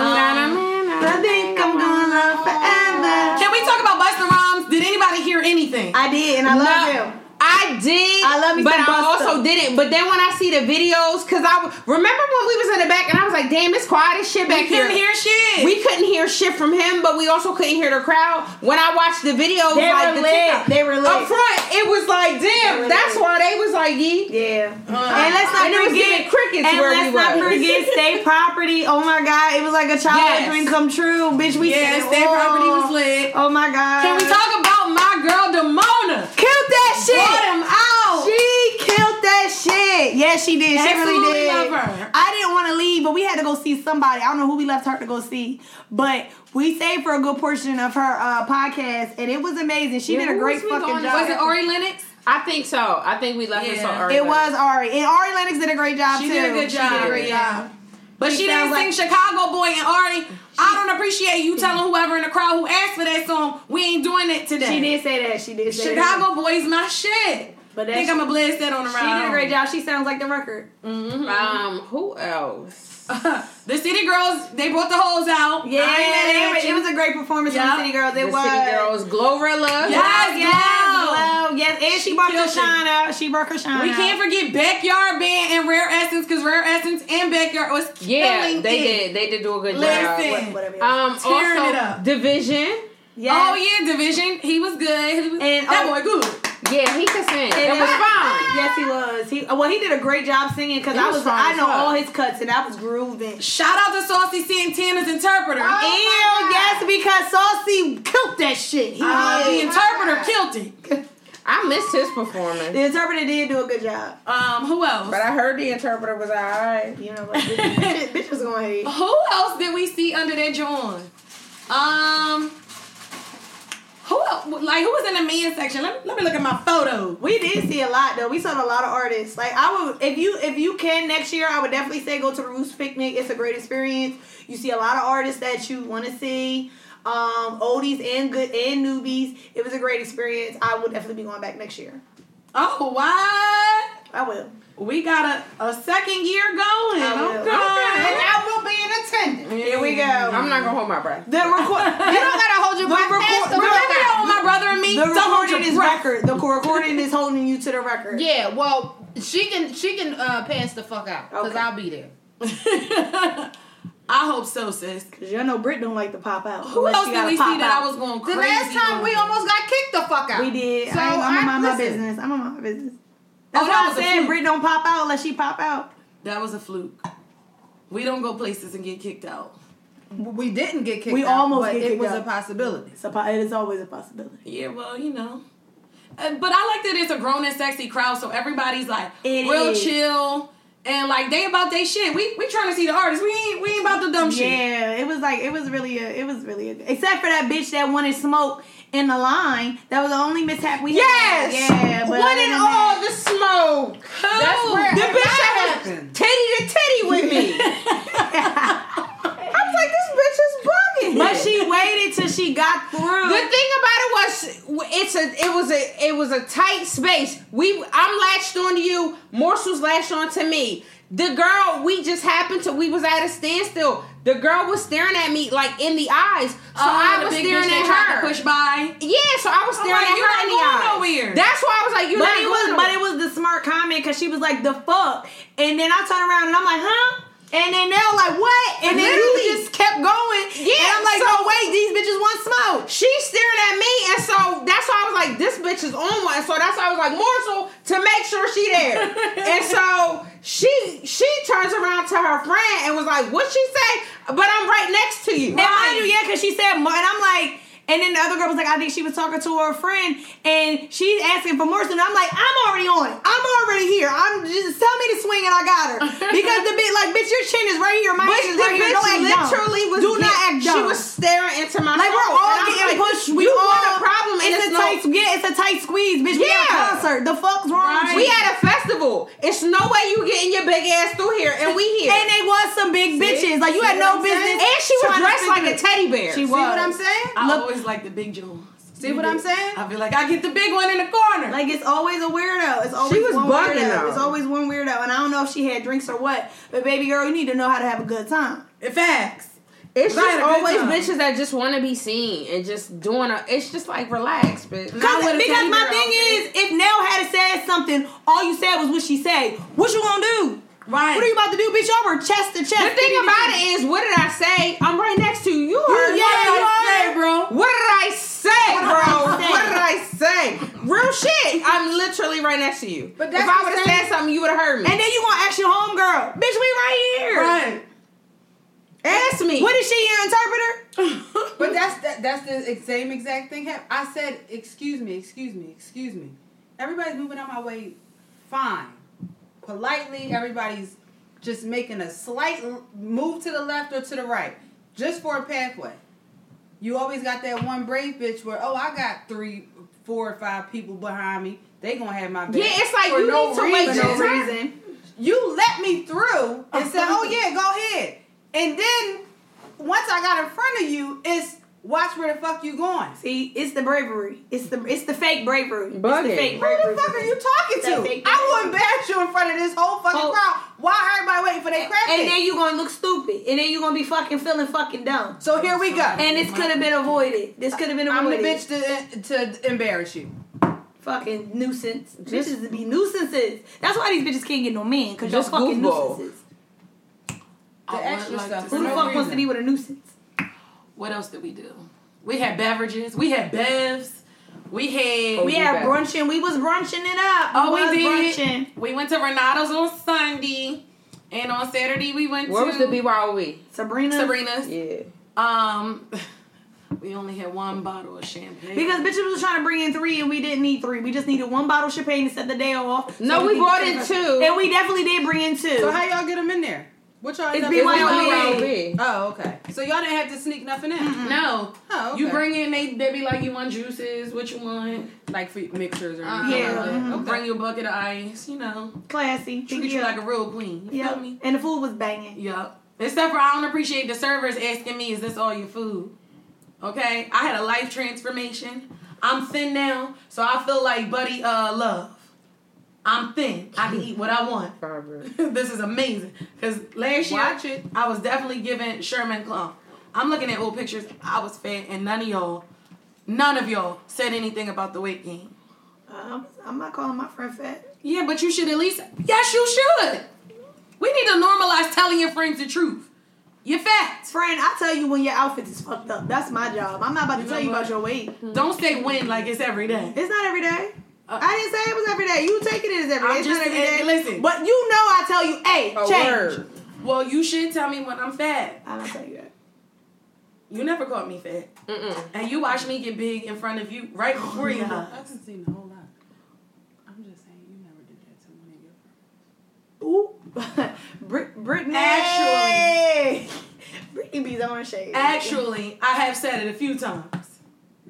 Um,
I think I'm gonna love forever.
Can we talk about Busta Rhymes? Did anybody hear anything?
I did, and I love
No,
him.
I did,
I love me
but
some
I
Busta.
also didn't. But then when I see the videos, cause I w- remember when we was in the back and I was like, "Damn, it's quiet as shit back
we
here."
couldn't hear shit.
we couldn't hear shit from him, but we also couldn't hear the crowd. When I watched the videos,
They
like
were
the
lit.
TikTok-
They were lit.
up front, it was like,
They
"Damn,
were
that's
lit.
why they was like, "Yee."
Yeah, and let's not
and it was giving
forget
crickets
And
where we
let's not
was.
forget state property. Oh my god, it was like a
Yes.
childhood dream come true, bitch. We
yes,
said,
that
oh.
property was lit.
Oh my god,
Can we talk about my girl Demona?
Killed that shit.
Brought him out.
She killed that shit. Yeah, she did. She
Absolutely
really did.
love her.
I didn't want to leave, but we had to go see somebody. I don't know who we left her to go see, but we stayed for a good portion of her uh, podcast, and it was amazing. She
Yeah,
did a
who
great
was we
fucking
going to-
job.
was it Ori Lennox?
I think so. I think we left it so
Yeah.
early.
It was Ari, and Ari Lennox did a great job
She
too.
did a good job.
She did a great
yeah.
job.
But
She
she, didn't
sounds
sing Chicago Boy and Ari. I don't appreciate you telling whoever in the crowd who asked for that song, we ain't doing it today.
She did say that. She did say that.
Chicago Boy's my shit.
But
But
that
think
she-
I'm a blast that on the
She
round.
did a great job. She sounds like the record.
Um, who else?
the City Girls, they brought the hoes out. I
Yeah,
ain't mad at
it was
you.
a great performance
Yeah.
from the City Girls. It
the
was.
City Girls, Glorilla.
Yes,
Yes,
glow.
glow, yes, and she brought
killed
Krishan out. She brought Krishan out.
We can't forget Backyard Band and Rare Essence because Rare Essence and Backyard was
Yeah,
killing
they
it.
did. They did do a good job.
Listen.
Whatever.
Um,
Tearing
also,
it up.
division.
yes.
Oh yeah, Division. He was good. He was-
And,
that
oh,
boy good.
Yeah, he could sing. It
And-
was fun.
Yes, he was. He uh, well, he did a great job singing because
He
I
was
was
fine
I
as
know
fuck.
all his cuts and I was grooving. Oh
Shout out to Saucy Santana's interpreter.
Ew, yes, because Saucy killed that shit. He
Uh, the
did.
interpreter killed it.
I missed his performance.
The interpreter did do a good job.
Um, who else?
But I heard the interpreter was alright.
You know what? Bitch, bitch was going ahead.
Who else did we see under that John? Um, who el- like who was in the men section? Let me let me look at my photo.
We did see a lot though. We saw a lot of artists. Like I would, if you if you can next year, I would definitely say go to the Roots Picnic. It's a great experience. You see a lot of artists that you want to see, um, oldies and good and newbies. It was a great experience. I would definitely be going back next year.
Oh, what?
I will.
We got a, a second year going.
I will.
Oh, Okay.
And I will be in attendance.
Here we go.
I'm not gonna hold my breath.
the record.
You don't gotta hold your
The
breath.
record-
Pass the
the
mic
Remember
out.
that with Oh, my brother and me?
The
Don't hold your
recording is
breath.
record. The recording is holding you to the record.
Yeah, well, she can she can uh, pass the fuck out because
Okay.
I'll be there.
I hope so, sis.
Cause y'all know Brit don't like to pop out.
Who
Unless
else
she
did
gotta
we see
pop
that
out.
I was going
The
crazy?
last time we
over?
almost got kicked the fuck out.
We did.
So
I, am gonna
I-
mind my
listen.
business. I'm gonna mind my business. That's
Oh, that
why I'm
was a
saying
fluke.
Brit don't pop out unless she pop out.
That was a fluke. We don't go places and get kicked out.
We didn't get kicked
We
out,
almost
but
get
it
kicked
was
out.
a possibility.
It's a po- it is always a possibility.
Yeah, well, you know. Uh, but I like that it's a grown and sexy crowd, so everybody's like
It
real
is.
chill and like they about they shit. We we trying to see the artists. We ain't we ain't about the dumb Oh, shit.
Yeah, it was like it was really a it was really a, except for that bitch that wanted smoke in the line. That was the only mishap we
Yes!
had. Yeah, but
What
other
in
than
all
that-
the smoke? That's where
The
the
bitch that
bitch
happened.
titty to titty with me. I'm like, this bitch is bugging.
But she waited till she got through.
The thing about it was, it's a, it was a, it was a tight space. We, I'm latched onto you. Morsel's latched onto me. The girl, we just happened to, we was at a standstill. The girl was staring at me like in the eyes, so
Oh,
I
the
was
big
staring
bitch that
at
tried to
her.
Push by.
Yeah, so I was
I'm
staring at
like, "You're
her
not
in the
going
eyes.
nowhere.
That's why I was like, you're
But
not
it
going
was
nowhere.
but it was the smart comment because she was like the fuck, and then I turned around and I'm like huh, and then they were like what, and then
Literally.
you just kept going.
Yeah,
and I'm like
so-
no wait, these bitches want smoke.
She's staring at me, and so that's why I was like, "This bitch is on one." So that's why I was like, "Morsel to make sure she there." and so she she turns around to her friend and was like, "What she say?" But I'm right next to you.
And mind you, yeah, because she said more, and I'm like. And then the other girl was like, I think she was talking to her friend, and she's asking for more. And I'm like, I'm already on it. I'm already here. I'm just tell me to swing, and I got her because the bitch, like, bitch, your chin is right here. My
But
chin is
the
right here.
bitch
Don't act dumb.
literally was
Do not
get-
act dumb.
She was staring into my
Like we're
soul,
all
and I'm
getting
like,
pushed. We
you
all
want a problem, and
It's,
it's
a
no-
tight, yeah, it's a tight squeeze, bitch. We at
Yeah.
a concert. The fuck's wrong?
Right.
We
with you?
at a festival. It's no way you getting your big ass through here, and we here.
and they was some big bitches. Like you
See
had
what
no
I'm
business.
saying? And she was
trying to
dressed like
figure
a teddy bear.
She
See
was.
See what I'm saying?
I
Look-
always like the big Johns.
See what I'm saying?
I feel like I get the big one in the corner.
Like it's always a weirdo. It's always
She was
one
bugging
weirdo.
though.
It's always one weirdo, and I don't know if she had drinks or what. But baby girl, you need to know how to have a good time.
facts.
It's
I had
just
a good
always
time.
bitches that just want to be seen and just doing a. It's just like relax, bitch.
I
Cause,
would've
because
told
my
her,
thing
okay.
is, if Nell had said something, all you said was what she said. What you gonna do?
Right.
What are you about to do, bitch? Y'all were chest to chest.
The thing about it is, what did I say? I'm right next to you. You heard
yeah,
what I
you heard.
said, bro. What did I say, bro?
say?
What did I say? Real shit. I'm literally right next to you. But
that's
if I
the
would have
same-
said something, you would have heard me.
And then you gonna ask your homegirl, bitch, we right here.
Right.
Ask me.
What is she, your interpreter?
But that's that, that's the ex- same exact thing happened. I said, "Excuse me, excuse me, excuse me." Everybody's moving out my way, fine, politely. Everybody's just making a slight l- move to the left or to the right, just for a pathway. You always got that one brave bitch where, oh, I got three, four or five people behind me. They gonna have my back.
yeah, it's like
For
you
no
need to wait
reason.
your
For no
turn.
reason.
you let me through and said, "Oh yeah, go ahead." And then once I got in front of you, it's watch where the fuck you going.
See, it's the bravery. It's the it's the fake bravery. It's
Bugging.
the fake bravery.
Who the fuck are you talking
That
to?
fake
I will embarrass you in front of this whole fucking
Oh.
crowd. Why everybody waiting for their crap?
And then you gonna look stupid. And then you gonna be fucking feeling fucking dumb.
so here we go.
And this could have been avoided. This could have been
I'm the
avoided.
bitch to, to embarrass you.
fucking nuisance. bitches to be nuisances. That's why these bitches can't get no man because y'all
Just
fucking
Google.
nuisances.
I would
extra
like
stuff.
to
Who the
know-
fuck wants to be with a nuisance?
What else did we do? We had beverages. We had bevs. We had.
Oh,
We
you
had
better.
brunching. We was brunching it up.
Oh,
was
we did.
brunching.
We went to Renato's on Sunday, and on Saturday we went
Where
to
was the BYOB?
Sabrina.
Sabrina's.
Yeah.
Um, we only had one bottle of champagne
Because bitches was trying to bring in three and we didn't need three. We just needed one bottle of champagne to set the day off.
No,
So
we
could-
bought E. it too.
And we definitely did bring in two.
So how y'all get them in there? What y'all?
It's
end up-
E.
BYOB.
Oh, okay. So y'all didn't have to sneak nothing in.
No,
Oh, okay.
you bring in they they be like you want juices, what you want.
like for mixers or
Uh,
anything
Yeah.
like that.
uh,
Uh-huh. Mm-hmm. Okay.
Bring you a bucket of ice, you know.
Classy.
Treat you like a real queen. You feel
yeah.
me?
And the food was banging.
Yup. Except for I don't appreciate the servers asking me, is this all your food? Okay? I had a life transformation. I'm thin now, so I feel like buddy uh love. I'm thin. I can eat what I want.
Barbara.
this is amazing. Cause last year
Watch it.
I was definitely giving Sherman Clump. I'm looking at old pictures. I was fat, and none of y'all, none of y'all said anything about the weight gain.
Um, I'm not calling my friend fat.
Yeah, but you should at least. Yes, you should. We need to normalize telling your friends the truth. You're fat.
Friend, I tell you when your outfits is fucked up. That's my job. I'm not about to
You
tell
know
you about
what?
your weight.
Don't say when like it's every day.
It's not every day.
Uh,
I didn't say it was every day. You take it as every day.
I'm
It's
just
not every
saying-
day.
listen.
But you know I tell you, hey,
A
change.
word.
Well, you should tell me when I'm fat.
I don't tell you that.
You never called me fat,
Mm-mm.
and you watched me get big in front of you right before your eyes.
I've seen a whole lot. I'm just saying, you never did that to one of your friends.
Ooh. Brit- Brittany.
Actually.
Brittany B's on shade.
Actually, I have said it a few times.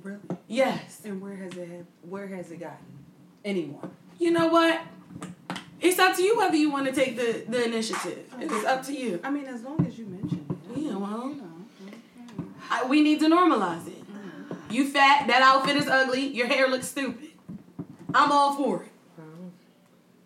Really?
Yes.
And where has it? had- Where has it gotten? Anyone?
you know what? It's up to you whether you want to take the, the initiative. It's up to you.
I mean, as long as you mention it.
Yeah, well.
You know.
I, we need to normalize it.
Mm-hmm.
You fat, that outfit is ugly, your hair looks stupid. I'm all for it.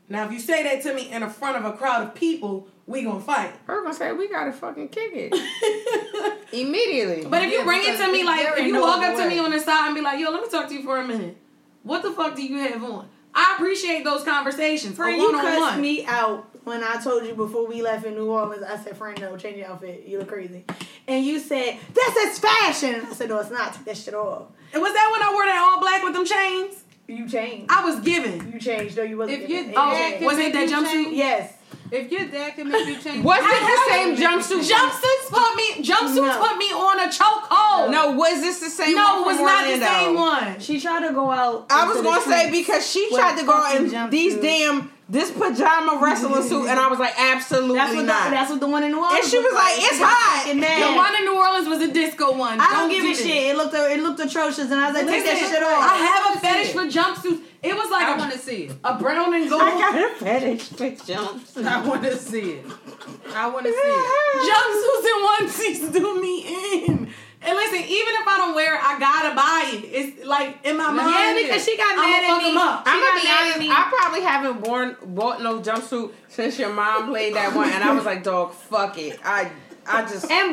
Now, if you say that to me in the front of a crowd of people, we gonna fight.
Her gonna say we gotta fucking kick it immediately.
But if
Yeah,
you bring it to
because
me, like,
there
if
ain't
you
no
walk
other
up to
way.
me on the side and be like, yo, let me talk to you for a minute. What the fuck do you have on? I appreciate those conversations.
Friend,
Friend,
you
one
cussed
on one.
me out when I told you before we left in New Orleans. I said, friend, no, change your outfit. You look crazy. And you said, this is fashion. I said, no, it's not. Take that shit off.
And was that when I wore that all black with them chains?
You changed.
I was given.
you changed. No, you wasn't.
If
giving it.
you-
Oh,
changed.
was it that
Change.
jumpsuit?
Yes.
If your dad can make you change,
was
I
it the same
haven't-
jumpsuit?
Jumpsuits put me. Jumpsuits
No.
put me on a chokehold.
No, was this the same? one
no, it was
from
not the
Orlando?
same one.
She tried to go out.
I was
into the
gonna say
streets.
because she
with
tried to go out in
fucking
these
jumpsuit.
damn this pajama wrestling suit, and I was like, absolutely
That's what, the,
not.
that's what the one in New
And
Orleans.
she was like, "It's
She got
hot."
fucking mad.
The one in New Orleans was a disco one.
I don't, give
do
a
this.
shit. It looked it looked atrocious, and I was like, take that
Listen,
shit off.
I have a fetish for jumpsuits. It was like
I
a-
want to see it.
a brown and gold
got a fetish for jumpsuit.
I want to see it. I want to see it.
jumpsuits and onesies do me in. And listen, even if I don't wear it, I gotta buy it. It's like in my mind.
yeah, because she got
I'ma
mad at
fuck
me.
'em up.
She
I'm
got
gonna be
mad at
honest.
me.
I probably haven't worn bought no jumpsuit since your mom played that one, and I was like, "Dog, fuck it." I I just
And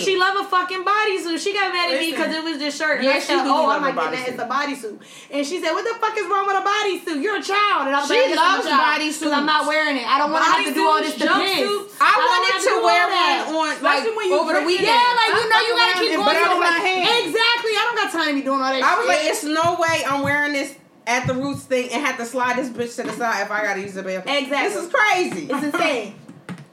And-
She love a fucking bodysuit. She got mad at
Listen.
me because it was this shirt. And
Yeah,
I
she
said,
do
oh,
love a
I'm not getting that. It's a bodysuit. And she said, what the fuck is wrong with a bodysuit? You're a child. And I was
She
like, "Yes, I'm a
loves
child,
bodysuits.
'cause I'm not wearing it. I don't want to have to do all this
Bodysuits,
to piss.
jumpsuits.
I
don't
wanted
have
to
do
wear
all that.
one on
Especially
like
when you
over the
drink
weekend.
Yeah, like, you
I fuck
know you gotta
around
keep
and-
going
but I
to
was like,
Exactly. I don't got time to be doing all that
I was
shit.
like, it's no way I'm wearing this at the roots thing and had to slide this bitch to the side if I gotta use the bathroom.
Exactly.
This is crazy.
It's insane.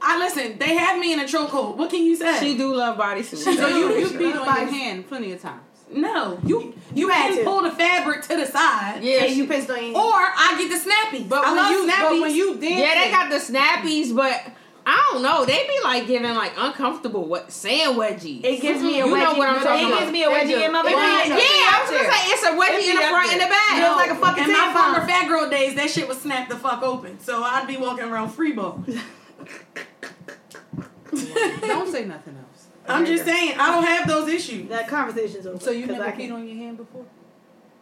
I listen. They had me in a chokehold. What can you say?
She do love bodysuits.
So
So
you-
you
you
you
beat
beat on your hand plenty of times.
no, you
You
you
had
can
to.
pull the fabric to the side.
Yeah,
and you
she- Oh,
pissed on you.
Or I get the snappy. But I
when
love
you- but
snappies.
when you dance,
yeah, they got the snappies, but I don't know. They be like giving like uncomfortable what sand wedgies.
it gives me a wedgie.
You know what I'm talking
It
about.
gives me a wedgie in my
yeah,
vagina.
I was gonna say it's a wedgie in the
up
front and the
there.
back.
No. like a fucking
In my
tampon.
former fat girl days, that shit was snapped the fuck open. So I'd be walking around free ball.
Don't say nothing else.
I'm just saying, I don't have those issues.
That conversation's over.
So you
'cause I
never
can't-
peed on your hand before?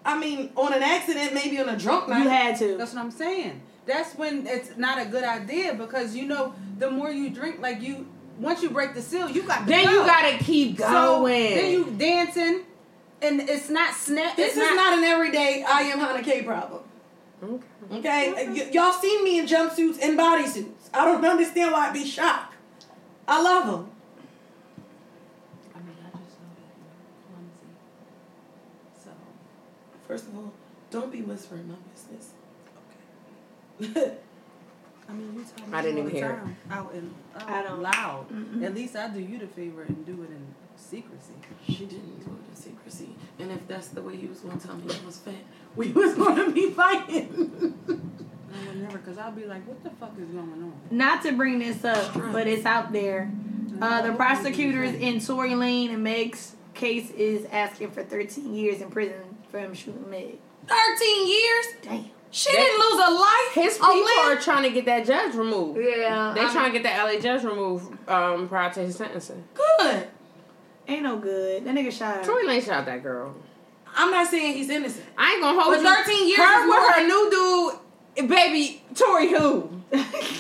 I mean, on an accident, maybe on a drunk night.
You had to.
That's what I'm saying. That's when it's not a good idea because you know the more you drink, like you once you break the seal, you got to
Then
go.
you gotta keep
so
going.
then you dancing, and it's not snap.
this
it's
is not, an everyday I am Hana K problem. Okay, Y- y'all seen me in jumpsuits and bodysuits. I don't understand why I be shocked. I love them.
I mean, I just know that you're clumsy. So,
First of all, don't be whispering my business.
I mean, you tell me.
I didn't
all
even
the
hear it.
time, Out and out
I don't-
loud. At least I do you the favor and do it in secrecy.
She didn't do it in secrecy. And if that's the way you was gonna tell me I was fat, we was gonna be fighting.
I would never, cause I'll be like, what the fuck is going on?
Not to bring this up, but it's out there. Uh, the prosecutors in Tory Lane and Meg's case is asking for 13 years in prison for him shooting Meg.
Thirteen years?
Damn.
She didn't lose a life.
His
a
people
limb.
are trying to get that judge removed.
Yeah.
They
I'm-
trying to get the LA judge removed um, prior to his sentencing.
good.
Ain't no good. That nigga shot her.
Tory Lane shot that girl.
I'm not saying he's innocent.
I ain't gonna hold
But
you.
13 years
Her
is
with
more-
her new dude, baby. Tory who?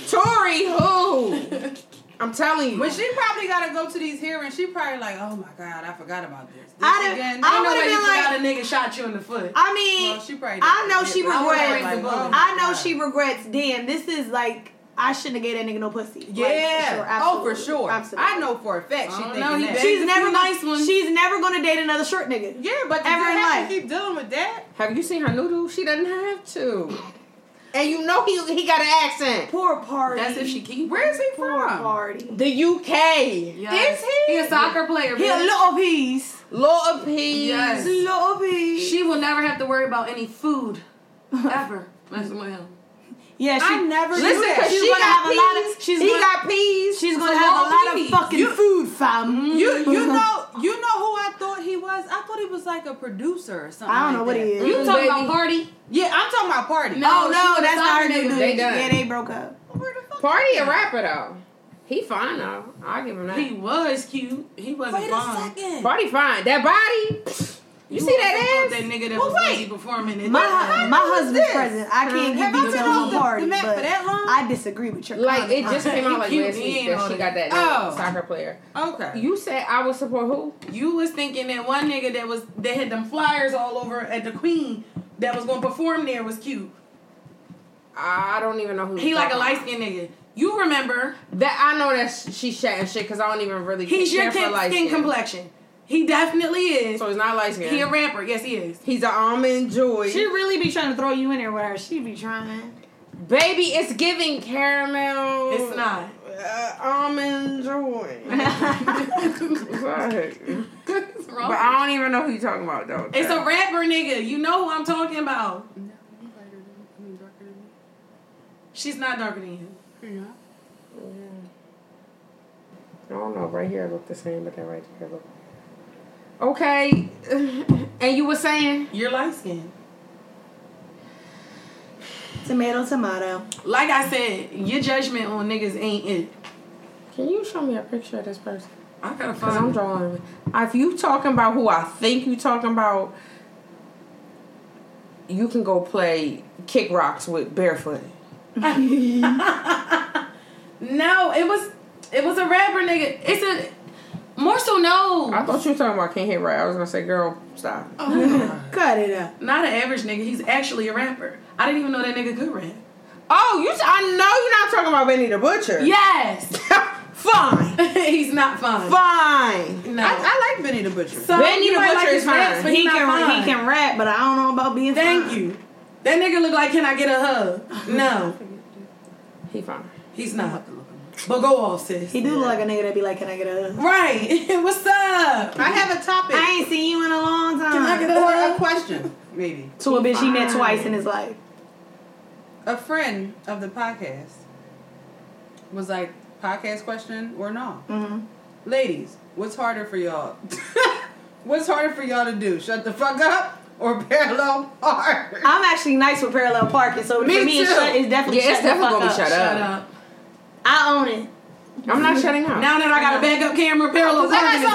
Tory who? I'm telling you.
But she probably gotta go to these hearings. She probably like, oh my god, I forgot about this. this
I done-
again.
I
Ain't no
would've
way
been
you
like-
forgot
Got a nigga shot you in the foot.
I
it.
mean,
Well, she probably
I
didn't
know
forget,
she
but I would've
regrets.
been like, oh my
I know
God.
she regrets. Damn, this is like I shouldn't have gave that nigga no pussy. Like,
Yeah. oh, for
absolutely.
sure.
Absolutely.
I know for a fact she
I don't
thinking
know, he
that.
bad. There's
She's
a
never
few
nice
nice ones.
She's never gonna date another short nigga.
yeah, but
Ever
ever
in
have
life.
to keep dealing with that.
Have you seen her noodle? She doesn't have to. And you know he he got an accent.
Poor party.
That's if she keep.
Where is he
poor
from?
party.
The UK.
Yes.
Is he?
He a soccer player.
He a
bitch.
little piece.
Lord of peace.
Yes.
Little piece.
She will never have to worry about any food ever messing with him.
yeah, she
I never knew
Listen,
that.
cause
She's
she
gonna
got
have a
peas.
lot of- she's
he
gonna-
got peas.
She's gonna
It's a
have a
long
lot
piece.
of fucking food, fam. Mm-hmm.
You you know you know who I thought he was? I thought he was like a producer or something.
I don't know
like
what
that.
he is.
You talking
baby.
about party?
Yeah, I'm talking about party.
Mm-hmm, No.
oh
she
no,
was
that's not her
sorry,
new
they-
dude.
they done.
yeah, they broke up.
Where the fuck?
Party a rapper though. He fine though. I'll give him that.
He was cute. He wasn't
Wait a
fine.
second.
Party fine. That body. You, see that
Fuck
ass?
That nigga that
Well,
was
wait.
busy performing it.
My
That-
my husband's
this?
present. I can't
Have
give
I
you
been
the
off
whole
the-
party,
the mat for
but
that long?
I disagree with your
Like
comment.
it just came out like
Cute,
last
he
week
ain't
that
all
she
that.
got that
Oh.
new soccer player.
Okay.
You said I would support who?
You was thinking that one nigga that was that had them flyers all over at the Queen that was gonna perform there was cute.
I don't even know who.
He
you're
like a
talking
light
about.
skinned nigga. You remember?
That I know that sh- she's shat and shit because I don't even really.
He's
care
your
for
skin,
light
skin
skin.
complexion. He definitely is.
So it's not light skin.
He a rapper. Yes, he is.
He's an almond joy.
She really be trying to throw you in there with her. She be trying.
Baby, it's giving caramel.
It's not.
uh, almond joy. Fuck.
it's
But
wrong.
I don't even know who you're talking about though.
It's a rapper nigga. You know who I'm talking about.
No, you lighter than I mean darker than me.
She's not darker than you.
You're not.
I don't know. Right here, it looked the same, but that right there looked. Okay, and you were saying
You're light skinned.
Tomato, tomato.
Like I said, your judgment on niggas ain't it.
Can you show me a picture of this person?
I gotta
Cause I'm
find him.
drawing. If you talking about who I think you talking about, you can go play kick rocks with barefoot.
No, it was it was a rapper nigga. It's a more so no.
I thought you were talking about can't hit right. I was gonna say, girl, stop.
Cut it up.
Not an average nigga. He's actually a rapper. I didn't even know that nigga could rap.
Oh, you! I know you're not talking about Benny the Butcher.
Yes,
fine,
he's not fun.
fine.
No.
I, I like Benny the Butcher.
So,
Benny
you
the
might
Butcher
like
is
his
fine.
raps, but
he
he's not
can
fine.
he can rap, but I don't know about being.
Thank
fine.
you. That nigga look like, can I get a hug? No,
He fine.
he's not. But go off, sis.
He do look like a nigga that be like, "Can I get a?" hug?"
Right. What's up?
I have a topic
I ain't seen you in a long time.
Can I get a
or a
hug?
question, maybe.
to a bitch he met twice in his life.
A friend of the podcast was like, podcast question or no?
Mm-hmm.
Ladies, what's harder for y'all? what's harder for y'all to do? Shut the fuck up or parallel park?
I'm actually nice with parallel parking, so
Me
for me, it's,
too.
shut, it's definitely
Yeah, it's
shut the
definitely
fuck
gonna be
up.
shut up.
Shut up.
I own it.
I'm not shutting up.
Now that I got a backup camera, parallel
I
parking
got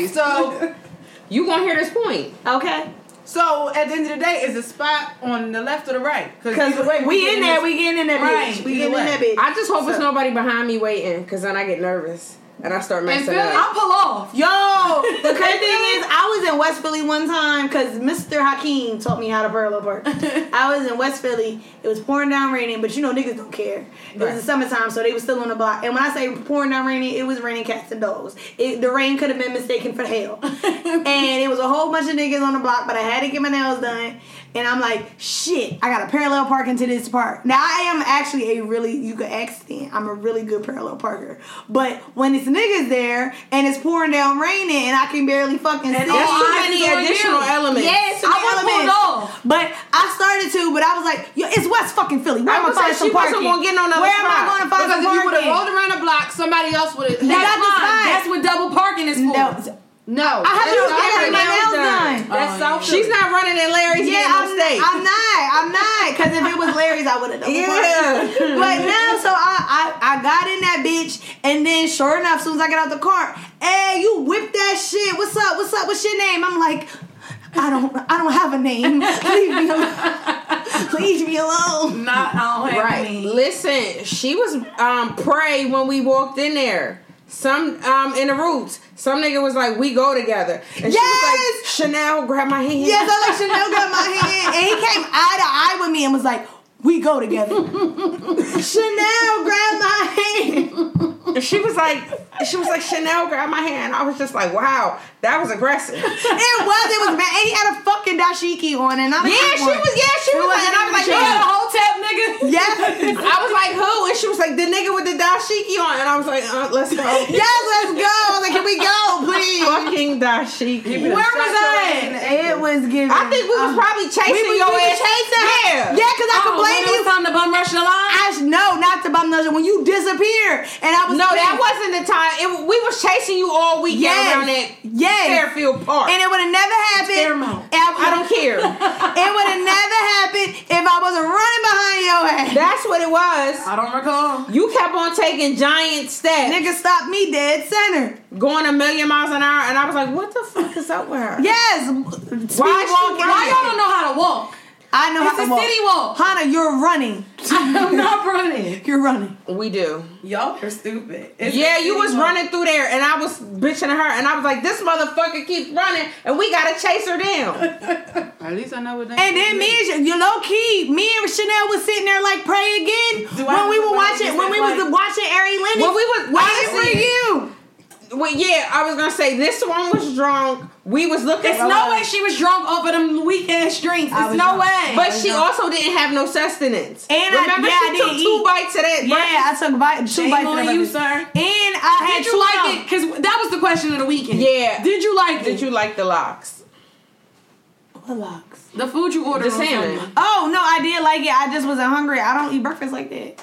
is a
something to
breeze.
say. So,
You gonna hear this point?
Okay,
so at the end of the day, is the spot on the left or the right?
because
either way,
we in
getting
there,
this-
we getting in that bitch.
Right,
We
either
getting in
way.
that bitch.
I just hope it's nobody behind me waiting, cause then I get nervous.
and I start messing
Philly-
up.
I pull off.
Yo, the crazy thing is, I was in West Philly one time because Mr. Hakeem taught me how to burl apart. I was in West Philly. It was pouring down raining, but you know niggas don't care. It was the summertime, so they was still on the block. And when I say pouring down raining, it was raining cats and dogs. It, the rain could have been mistaken for hail. and it was a whole bunch of niggas on the block, but I had to get my nails done. And I'm like, shit, I got a parallel park into this park. Now I am actually a really you could accident. I'm a really good parallel parker. But when it's niggas there and it's pouring down raining and I can barely fucking see
all
That's too
eyes
many
is on
additional
you.
elements.
Yes,
I would've pulled off.
But I started to, but I was like, yo, it's West fucking Philly. Where
I
am I
was like,
find some
she wasn't
parking?
gonna get no
Where
other
am I
spot.
going to find
Because if
some
you would have rolled
parking?
around the block, somebody else would have.
That's
got the
fine.
spot.
That's what double parking is for.
No,
No.
I have
that's
to
South
get
Philly.
my nails done.
That's South Philly.
She's not running in Larry's
Yeah,
yeah,
I'm,
state.
I'm not. I'm not. Because if it was Larry's, I would have done
Yeah.
it. But no, so I, I I got in that bitch, and then sure enough, as soon as I got out the car, hey, you whip that shit. What's up? What's up? What's your name? I'm like, I don't I don't have a name. Leave me alone. Leave me alone.
Not, I don't have
Right.
any.
Listen, she was um prey when we walked in there. Some um in the roots. Some nigga was like, we go together. And
Yes!
she was like, Chanel, grab my hand.
Yes, I like Chanel got my hand, and he came eye to eye with me and was like, "We go together." Chanel grabbed my hand.
And she was like, she was like, Chanel, grab my hand. I was just like, wow, that was aggressive.
It was. It was bad. And he had a fucking dashiki on, and I
Yeah, she was. Yeah, she was. like, and I was like,
You
no.
had a whole tap, nigga.
Yes.
I was like, who? And she was like, the nigga with the dashiki on. And I was like, uh, let's go.
Yes, let's go. I was like, can we go, please?
Fucking dashiki.
Where was I?
It was giving.
I think we was probably chasing
we was-
your
we was
ass. Yeah.
Yeah, because I
I
could
don't know when
blame
it Oh, was
you.
time to bum rush the line.
I sh- no, not to bum nudge when you disappeared, and I was
No, that wasn't the time. It, w- we was chasing you all weekend
Yes.
around that
Yes.
Fairfield Park.
and it would have never happened.
Fairmount.
And I,
I don't care.
It would have never happened if I wasn't running behind your ass.
That's what it was.
I don't recall.
You kept on taking giant steps,
Nigga stopped me dead center.
going a million miles an hour, and I was like, "What the fuck is up with her?"
Yes. Speed
Why she
walking.
running?
Why y'all don't know how to walk?
I know
It's
how
a
to walk.
city walk.
Hana, you're running.
I'm not running.
You're running.
We do.
Y'all are stupid.
Yeah, you was running through there, and I was bitching at her, and I was like, "This motherfucker keeps running, and we gotta chase her down."
At least I know what they.
And then me and you low key, me and Chanel was sitting there like pray again
Do I
when we
look
were
like
watching
this
when we
is
was watching Ari Lennox.
Well, we was-
waiting
honestly-
for you.
well, yeah, I was gonna say this one was drunk. We was looking.
There's no way she was drunk over them weak ass drinks. There's
was
no
drunk.
way.
But she also didn't have no sustenance.
And I-
remember,
yeah,
she
I
took
didn't
two
eat.
bites of that.
Yeah, I took bite, two
Shame
bites
on
of
you,
it.
sir.
And I had
did you
two
like
of
it? Because that was the question of the weekend.
Yeah.
Did you like
Did
it?
you like the locks?
them. What locks?
the food you ordered?
The
on
salmon.
Sunday.
Oh no, I did like it. I just wasn't hungry. I don't eat breakfast like that.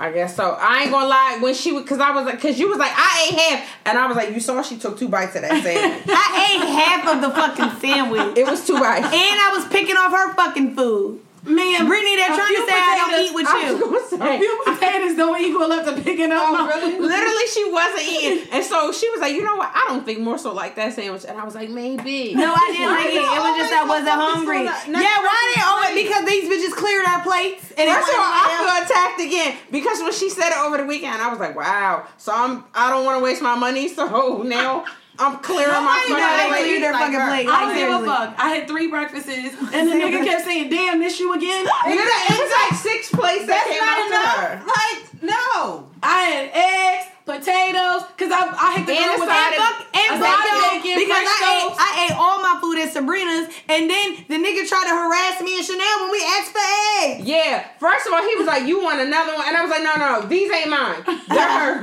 I guess so. I ain't gonna lie. When she was, cause I was like, cause you was like, I ate half, and I was like, you saw she took two bites of that sandwich.
I ate half of the fucking sandwich.
it was two bites.
And I was picking off her fucking food.
Man,
Brittany, they're
a
trying to
few
say I don't
potatoes-
eat with
I
you.
was gonna say.
Few potatoes don't equal up to picking up. my-
Literally, she wasn't eating, and so she was like, "You know what? I don't think more so like that sandwich." And I was like, "Maybe."
No, I didn't like it. It was just I wasn't hungry. yeah, why didn't always because these bitches cleared our plates and it
First of all,
wasn't
I
my-
feel attacked again because when she said it over the weekend, I was like, "Wow!" So I'm, I don't want to waste my money. So now I'm clearing my
No, they
fucking
cleared their
plate.
fucking plate.
I don't
Like,
give a
seriously.
fuck. I had three breakfasts, and the nigga kept saying, "Damn, this you again."
You know, it was like six plates that
That's
came
not
out to her.
enough. Like, no.
I had eggs, potatoes, cause I I hit the
And
grill
a
with
side
that
of-
fuck- a
And fuck
side of
though,
bacon,
because
French
I ate,
toast.
I ate all my food at Sabrina's, and then the nigga tried to harass me and Chanel when we asked for eggs.
Yeah. First of all, he was like, "You want another one?" And I was like, "No, no, these ain't mine. They're hers.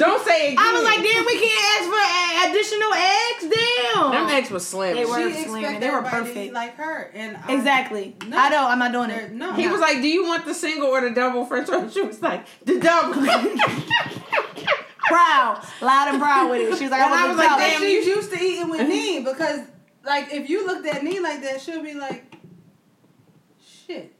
Don't say it." Again.
I was like, damn, we can't ask for a- additional eggs. Damn.
"Them eggs was slim."
They were
She
slamming.
expected
They were
everybody to be
perfect.
Like her and I-
exactly.
No.
I don't. I'm not doing
They're-
it.
No,
He was like, "Do you want the single or the double French fries?" She was like, "The double."
Proud, loud and proud with it. She was like,
And
I was like,
But
damn.
damn,
she's used to eating with me because, like, if you looked at me like that, she'll be like, "Shit."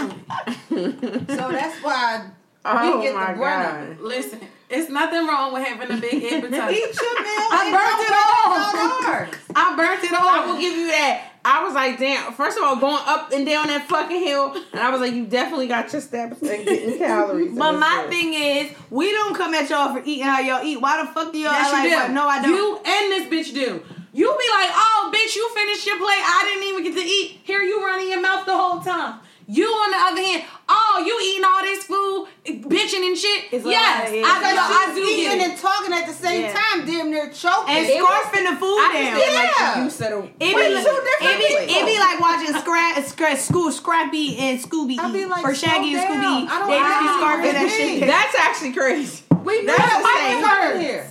Exactly. so that's why
oh
get the
my
brother.
god.
Listen, it's nothing wrong with having a big
I eat
appetite.
your meal.
I
and
burnt
don't
it all.
burn it on ours.
I burnt it all.
I will give you that. I was like, damn. First of all, going up and down that fucking hill, and I was like, you definitely got your steps and getting calories.
But my thing is, we don't come at y'all for eating how y'all eat. Why the fuck do y'all
Yes,
like
you do.
what? No, I don't.
You and this bitch do. You be like, oh, bitch, you finished your plate. I didn't even get to eat. Here you running your mouth the whole time. You on the other hand, oh, you eating all this food, bitching and shit.
It's a
yes,
lot, yeah.
I, know, I do
eating
get it.
and talking at the same
Yeah.
time, damn near choking.
and
It was-
scarfing the food down.
I just
Yeah.
yeah. like you said a
We're
It be, like,
two
it,
different
be,
people.
it be like watching Scrap, Scrap, School, Scrappy and Scooby
I be
Eat.
like,
or Shaggy
slow
and Scooby
down.
Eat.
I don't
They just be
like
scarfing that
this
shit.
thing.
down.
That's actually crazy.
we know
That's
that
the
white
same.
girl here.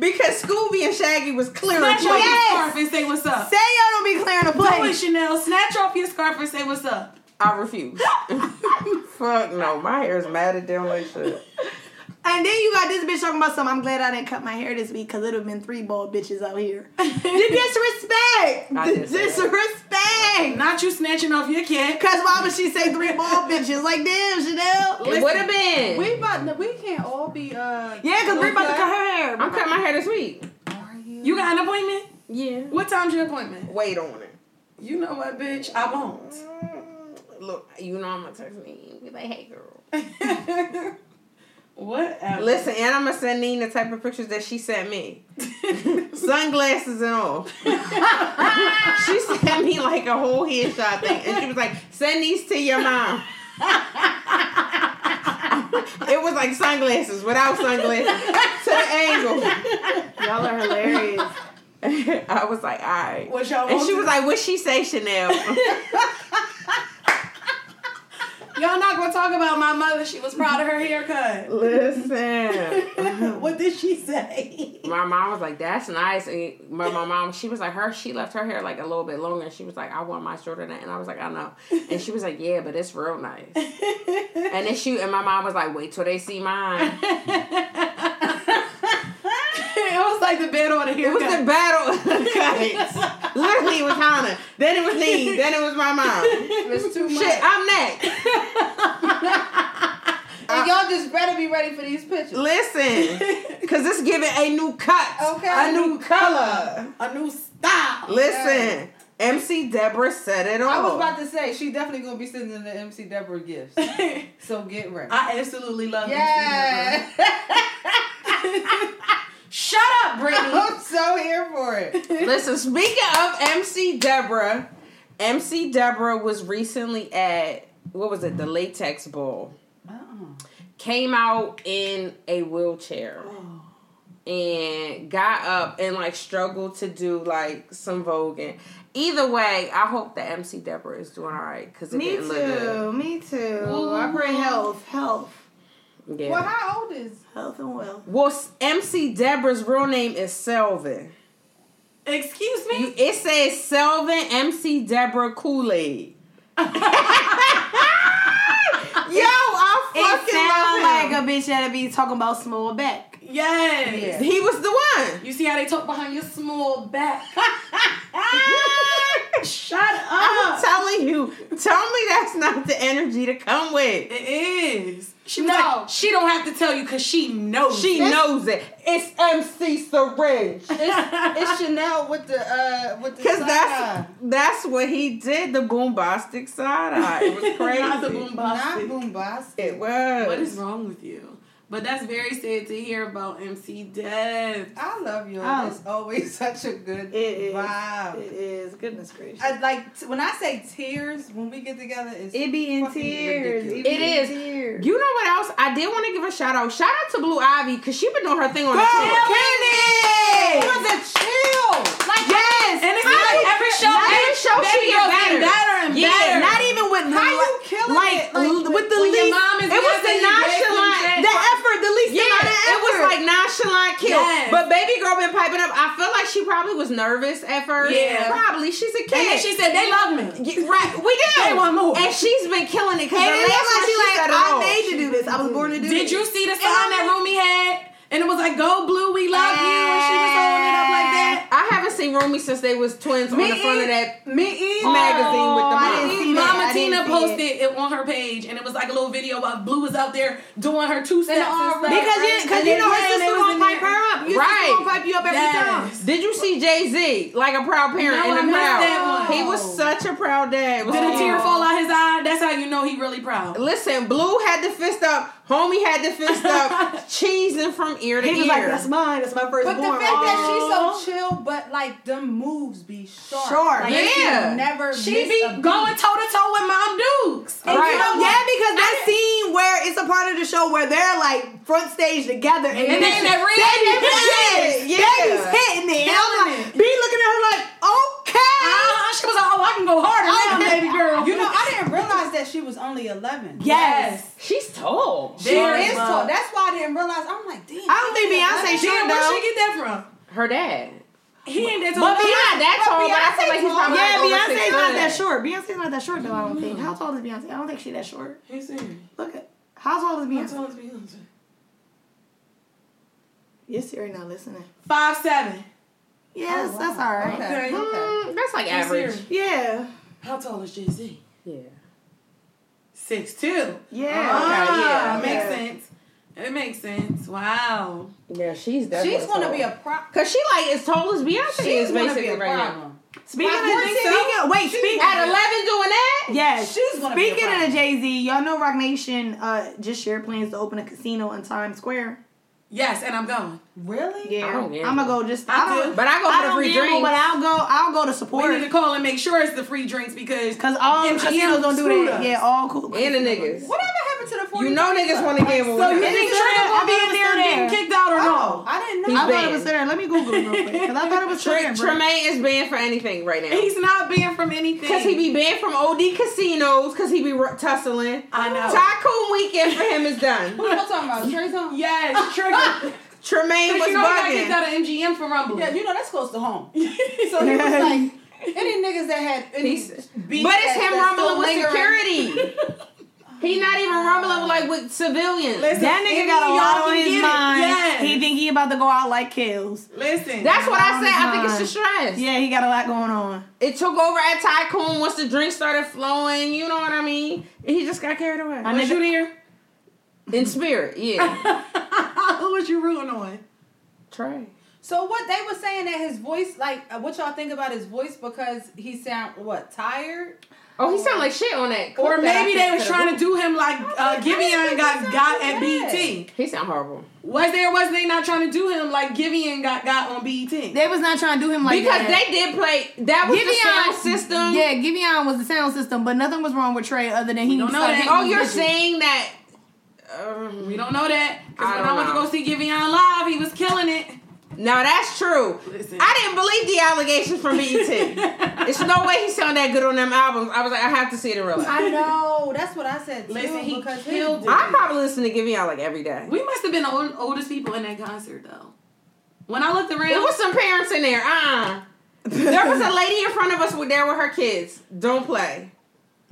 Because Scooby and Shaggy was clear
Snatch
as
off
fuck.
your scarf and say what's up.
Say y'all don't be clearing the
Do it,
plate.
Chanel. Snatch off your scarf and say what's up.
I refuse. Fuck no, my hair is matted down like shit.
And then you got this bitch talking about something. I'm glad I didn't cut my hair this week because it would have been three bald bitches out here. the
I
disrespect. The
did say that.
disrespect.
Not you snatching off your kid.
Because why would she say three bald bitches? Like, damn, Chanel.
It would have been.
We about we can't all be uh
Yeah, because we're about to cut her hair.
I'm cutting my hair this week.
You got an appointment?
Yeah.
What time's your appointment?
Wait on it. Mm,
You know what, bitch? I won't.
Look, you know I'm gonna text me. Be like, hey girl.
Whatever.
Listen, and I'm gonna send Nene the type of pictures that she sent me, sunglasses and all. she sent me like a whole headshot thing, and she was like, "Send these to your mom." it was like sunglasses without sunglasses to the angle.
Y'all are hilarious.
I was like, "All right,"
What y'all
and
want
she
to-
was like, "What she say, Chanel?"
Y'all not gonna talk about my mother. She was proud of her haircut.
Listen.
what did she say?
my mom was like, "That's nice." And my, my mom, she was like, "Her, she left her hair like a little bit longer." And she was like, "I want my shorter than," that." and I was like, "I know." And she was like, "Yeah, but it's real nice." and then she and my mom was like, "Wait till they see mine."
it was like the bed on the
It was
haircut.
the battle of the cuts. Literally, it was Hannah. Then it was me. Then it was my mom.
It's too much.
Shit, I'm next.
and y'all just better be ready for these pictures.
Listen, because it's giving a new cut,
Okay.
a new color.
a new style.
Listen, MC Deborah said it all.
I was about to say she definitely gonna be sending the MC Deborah gifts.
I
So get ready.
absolutely love
yeah.
this. Shut up, Brittany.
I'm so here for it.
Listen, speaking of MC Deborah, MC Deborah was recently at what was it, the Latex Bowl. Came out in a wheelchair and got up and like struggled to do like some voguing. Either way, I hope that MC Deborah is doing all right because it
Me
didn't look good.
too. Me too. I pray health, health,
Yeah.
Well, how old is?
health, and wealth.
well, s- MC Deborah's real name is Selvin.
Excuse me.
You- It says Selvin MC Deborah Kool Aid. Yo, I
It
fucking love
sounds like
him.
a bitch that be talking about small back.
Yeah.
yes.
he was the one.
You see how they talk behind your small back. Shut up.
I'm telling you. Tell me that's not the energy to come with.
it is. She was
No.
like, she don't have to tell you because she knows.
She knows it. It's MC Syringe.
It's Chanel with the uh with the.
Cause
side
that's
eye.
that's what he did. The bombastic side eye. It was crazy. Uh,
Not the boom
not bombastic.
It was.
What is wrong with you? But that's very sad to hear about MC Dev.
I love you.
Oh.
It's always such a good
It is.
vibe.
It is. Goodness gracious.
I like t- when I say tears when we get together. It's
It be in
fucking
tears.
ridiculous.
It is.
Tears.
You know what else? I did want to give a shout out. Shout out to Blue Ivy because she been doing her thing on the tour.
It was a chill. Like
Yes,
And it's like every show,
every show she
baby girl
get
getting
better.
better and
Yeah,
better.
not
even with
how you killing
like,
it? Like
with the
when your
least.
mom is
it was
mad
the
at you, that's when you
nonchalant,
get-
The effort, the least
yeah,
amount of effort.
it was like nonchalant kill.
Yes.
But baby girl been piping up. I feel like she probably was nervous at first.
Yeah.
probably she's a kid.
And then she said, they love me.
Yeah, right, we do.
They want more.
And she's been killing it because
And
the
it
last
was
one
like she
she
like,
said it
I
all.
made to do this. I was born to do
Did
this.
you see the sign that Rumi had? And it was like, go blue, we love you. And she was holding it up like that.
I haven't seen Rumi since they was twins on the front of that
me either.
magazine with the
I
mom.
didn't see that.
Mama
I didn't
Tina
see
posted it. on her page, and it was like a little video of Blue was out there doing her two steps. And
all
stuff.
right.
Because you,
And
cause you
then
know her
Ryan, it
sister
was
gonna
in there.
pipe her up. Your sister
Right.
gonna hype you up every
Yes.
time.
Did you see Jay Z like a proud parent
No, I
in the
missed
crowd?
that one.
He was such a proud dad. It was
Did a
so-
tear fall out his eye? That's how you know he really proud.
Listen, Blue had the fist up. Homie had the fist up. cheesing from ear to
He
ear.
was like, "That's mine. That's my first
But the
born."
fact that she's so chill, but like the moves be sharp.
Sharp,
Like,
yeah.
She never
She
miss
be
a beat.
going toe to toe with Mount Dukes.
And
Right.
you know, yeah, because that scene where it's a part of the show where they're like front stage together and,
And then that red
Debbie's,
Yeah.
Debbie's hitting it. And I'm
Killing
like, be looking at her like, okay.
Ah, she was like, oh, I can go harder now,
I-
baby girl.
You know, I didn't realize that she was only 11.
yes.
She's tall.
She
There
is
is
tall. That's why I didn't realize. I'm like, damn.
I don't think Beyonce
She,
should
where she
though.
get that from?
Her dad.
He ain't that
But
tall.
Beyonce not that tall, but I feel like he's probably
Yeah,
like over
Beyonce's
six
not
foot.
that short. Beyonce's not that short though. I don't think. How tall is Beyonce? I don't think she's that short.
He's serious.
Look at how tall is
How
Beyonce?
tall is Beyonce?
Yes, Siri not listening.
Five seven.
Yes,
Oh, wow.
that's all right.
Okay.
Okay.
Hmm.
Mm, that's like
He's
average.
serious.
Yeah.
How tall is Jay Z?
Yeah.
Six two.
Yeah.
Ah,
Okay,
makes
yeah.
sense. It makes sense. Wow.
Yeah, she's definitely
She's gonna
tall.
be a prop.
Cause she like as tall as Beyonce
She's
is
gonna be
basically
a
right now.
problem.
Speaking of
I think so.
speaking, wait, speaking
At eleven doing that?
Yes.
She's gonna be a
Speaking
problem.
of the Jay Z, y'all know Rock Nation uh, just shared plans to open a casino in Times Square.
Yes, and I'm going.
Really?
I don't gamble.
I'm gonna go just.
I
I
do.
don't.
But I go for
I
the
don't
free
gamble,
drinks.
but I'll go. I'll go to
We need to
support
call and make sure it's the free drinks because
because all
MGM
casinos don't do
screwed
that.
us.
Yeah, all cool.
and the niggas.
Whatever happened to the 40?
You know niggas want to gamble.
So you
with us.
think
still
Trigger
there?
gonna be
I thought
in
it
there
was still
getting
there.
kicked out or
Oh,
no?
I didn't
I
know.
thought
banned.
it was there. Let me Google it real quick because I thought it was there.
Tre-
bro.
Tremaine is banned for anything right now.
He's not banned from anything.
Cause he be banned from OD casinos. Cause he be r- tussling.
I know.
Tycoon weekend for him is done.
Who y'all talking about? Trayson?
yes, Trigger.
Tremaine was
Because you know he got
bugging.
kicked out of MGM for rumbling.
Yeah, you know that's close to home. So he was like, any niggas that had any
He's-
beef
but it's
that-
him
that's still
rumbling with
lingering-
security. he not even rumbling with, like with civilians.
Listen,
That
any
nigga got a
of
lot
y'all
on
can
his
get it.
mind.
Yes.
He think he about to go out like kills.
Listen.
That's what I
on
said.
his
I think it's the
mind.
stress.
Yeah, he got a lot going on.
oh It took over at Tycoon once the drink started flowing. You know what I mean? And he just got carried away.
I-
was you there?
In spirit, yeah.
Who was you rooting on?
Trey.
So what they were saying that his voice, like uh, what y'all think about his voice because he sound what tired?
Oh, he sound like shit on that. clip
Or
that I
maybe they
sent
was
to the
trying to
group.
do him like uh,
think- I didn't
Giveon
think
got
that
got
sounded
at
bad.
BET.
He sound horrible.
Was there? or Was they not trying to do him like Giveon got got on E BET?
They was not trying to do him like
because
that.
they did play. That was the sound system.
Yeah, Giveon was the sound system, but nothing was wrong with Trey other than he
don't know
started
that.
hitting
Oh,
these
you're
bitches.
saying that. Um,
We don't know that. Because
I
when
don't
I went to
know.
go see Giveon live, he was killing it.
now that's true.
Listen.
I didn't believe the allegations from BET. it's no way he sound that good on them albums. I was like, I have to see it in real life. I,
I know that's what I said. Too,
Listen, he
because
killed
his,
it.
probably listen to Giveon like every day.
We must have been the old, oldest people in that concert though. When I looked around,
There was some parents in there. Uh, there was a lady in front of us with there with her kids. Don't play.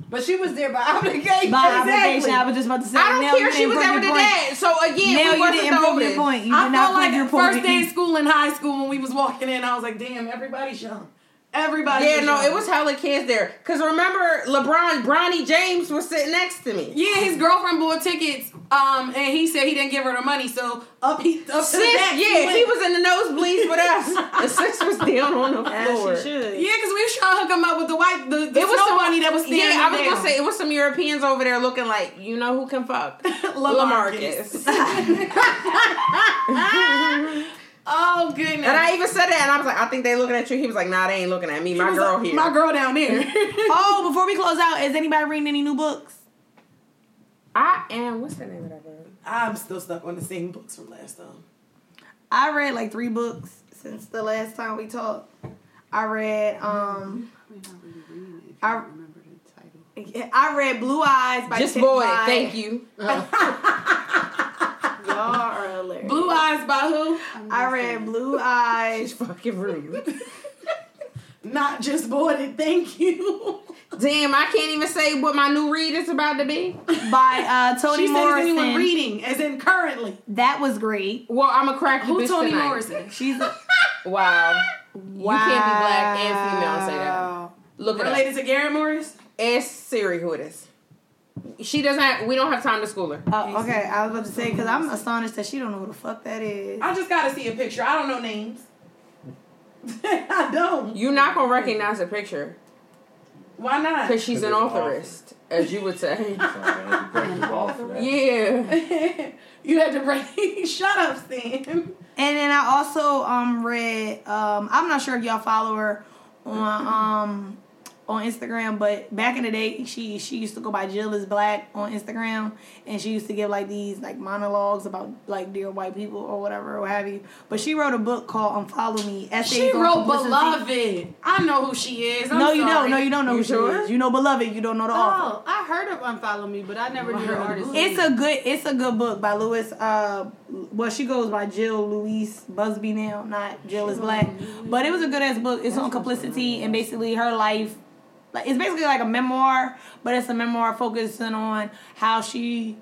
But she was there by obligation.
By
Exactly.
obligation, I was just about to say.
I don't
now you
care if she was
didn't prove
ever the
your point.
dad. So again,
Now
we
you
wasn't
didn't
the
prove your
oldest.
point. You
I
did not
felt
prove
like
your
at
point.
first day of school and high school when we was walking in. I was like, damn, everybody's young. Everybody.
Yeah, no, it was hella kids there. Cause remember, LeBron, Bronny James was sitting next to me.
Yeah, his girlfriend bought tickets, um, and he said he didn't give her the money, so up he up to the
Sis,
back.
yeah,
went.
he was in the nosebleeds with us. And sis was down on the
As
floor.
she should.
Yeah, because we was trying to hook him up with the white the, the
It was
snow
some
bunny that was standing
Yeah, I was
down.
gonna say it was some Europeans over there looking like you know who can fuck
Lamarcus.
Lamarcus.
Oh goodness.
And I even said that, and I was like, I think they looking at you. He was like, Nah, they ain't looking at me. My
was
girl
like,
here.
My girl down there.
Oh, before we close out, is anybody reading any new books?
I am. What's the name of that girl?
I'm still stuck on the same books from last time.
I read like three books since the last time we talked. I read um I remember the title. I read Blue Eyes by
Just
Tick-
boy.
by-
Thank you.
Y'all are hilarious.
Blue Eyes by who?
I read Blue Eyes.
She's fucking rude.
Not just boarded. Thank you.
Damn, I can't even say what my new read is about to be.
by uh, Toni
she said, "Is anyone
Morrison.
reading?" As in currently.
that was great.
Well, I'm a crack. the
Who
bitch
Toni
tonight.
Morrison?
She's a,
Wow.
wow.
You can't be black and female and say that. Look at
Related to Gary Morris?
Ask Siri who it is. She doesn't. Have, we don't have time to school her.
Oh, okay, I was about to say because I'm astonished that she don't know who the fuck that is.
I just gotta see a picture. I don't know names. I don't.
You're not gonna recognize the picture
Why not?
because she's an
Because it's
authorist, as you would say.
So I had to break you off for that.
yeah.
you had to break. Shut up, Sam.
And then I also um read um I'm not sure if y'all follow her on um on Instagram, but back in the day she she used to go by Jill is Black on Instagram and she used to give like these like monologues about like dear white people or whatever or what have you. But she wrote a book called Unfollow Me Essays
She
on
wrote
Publicity.
Beloved. I know who she is. I'm
E. No, you
sorry.
don't. No, you don't know
You
who
sure?
she is. You know Beloved, you don't know the author.
Oh, I heard of Unfollow Me, but I never knew the artist.
It's a good it's a good book by Lewis uh well she goes by Jill Louise Busby now, not Jill is black. But it was a good ass book. It's on complicity and basically her life like it's basically like a memoir, but it's a memoir focusing on how she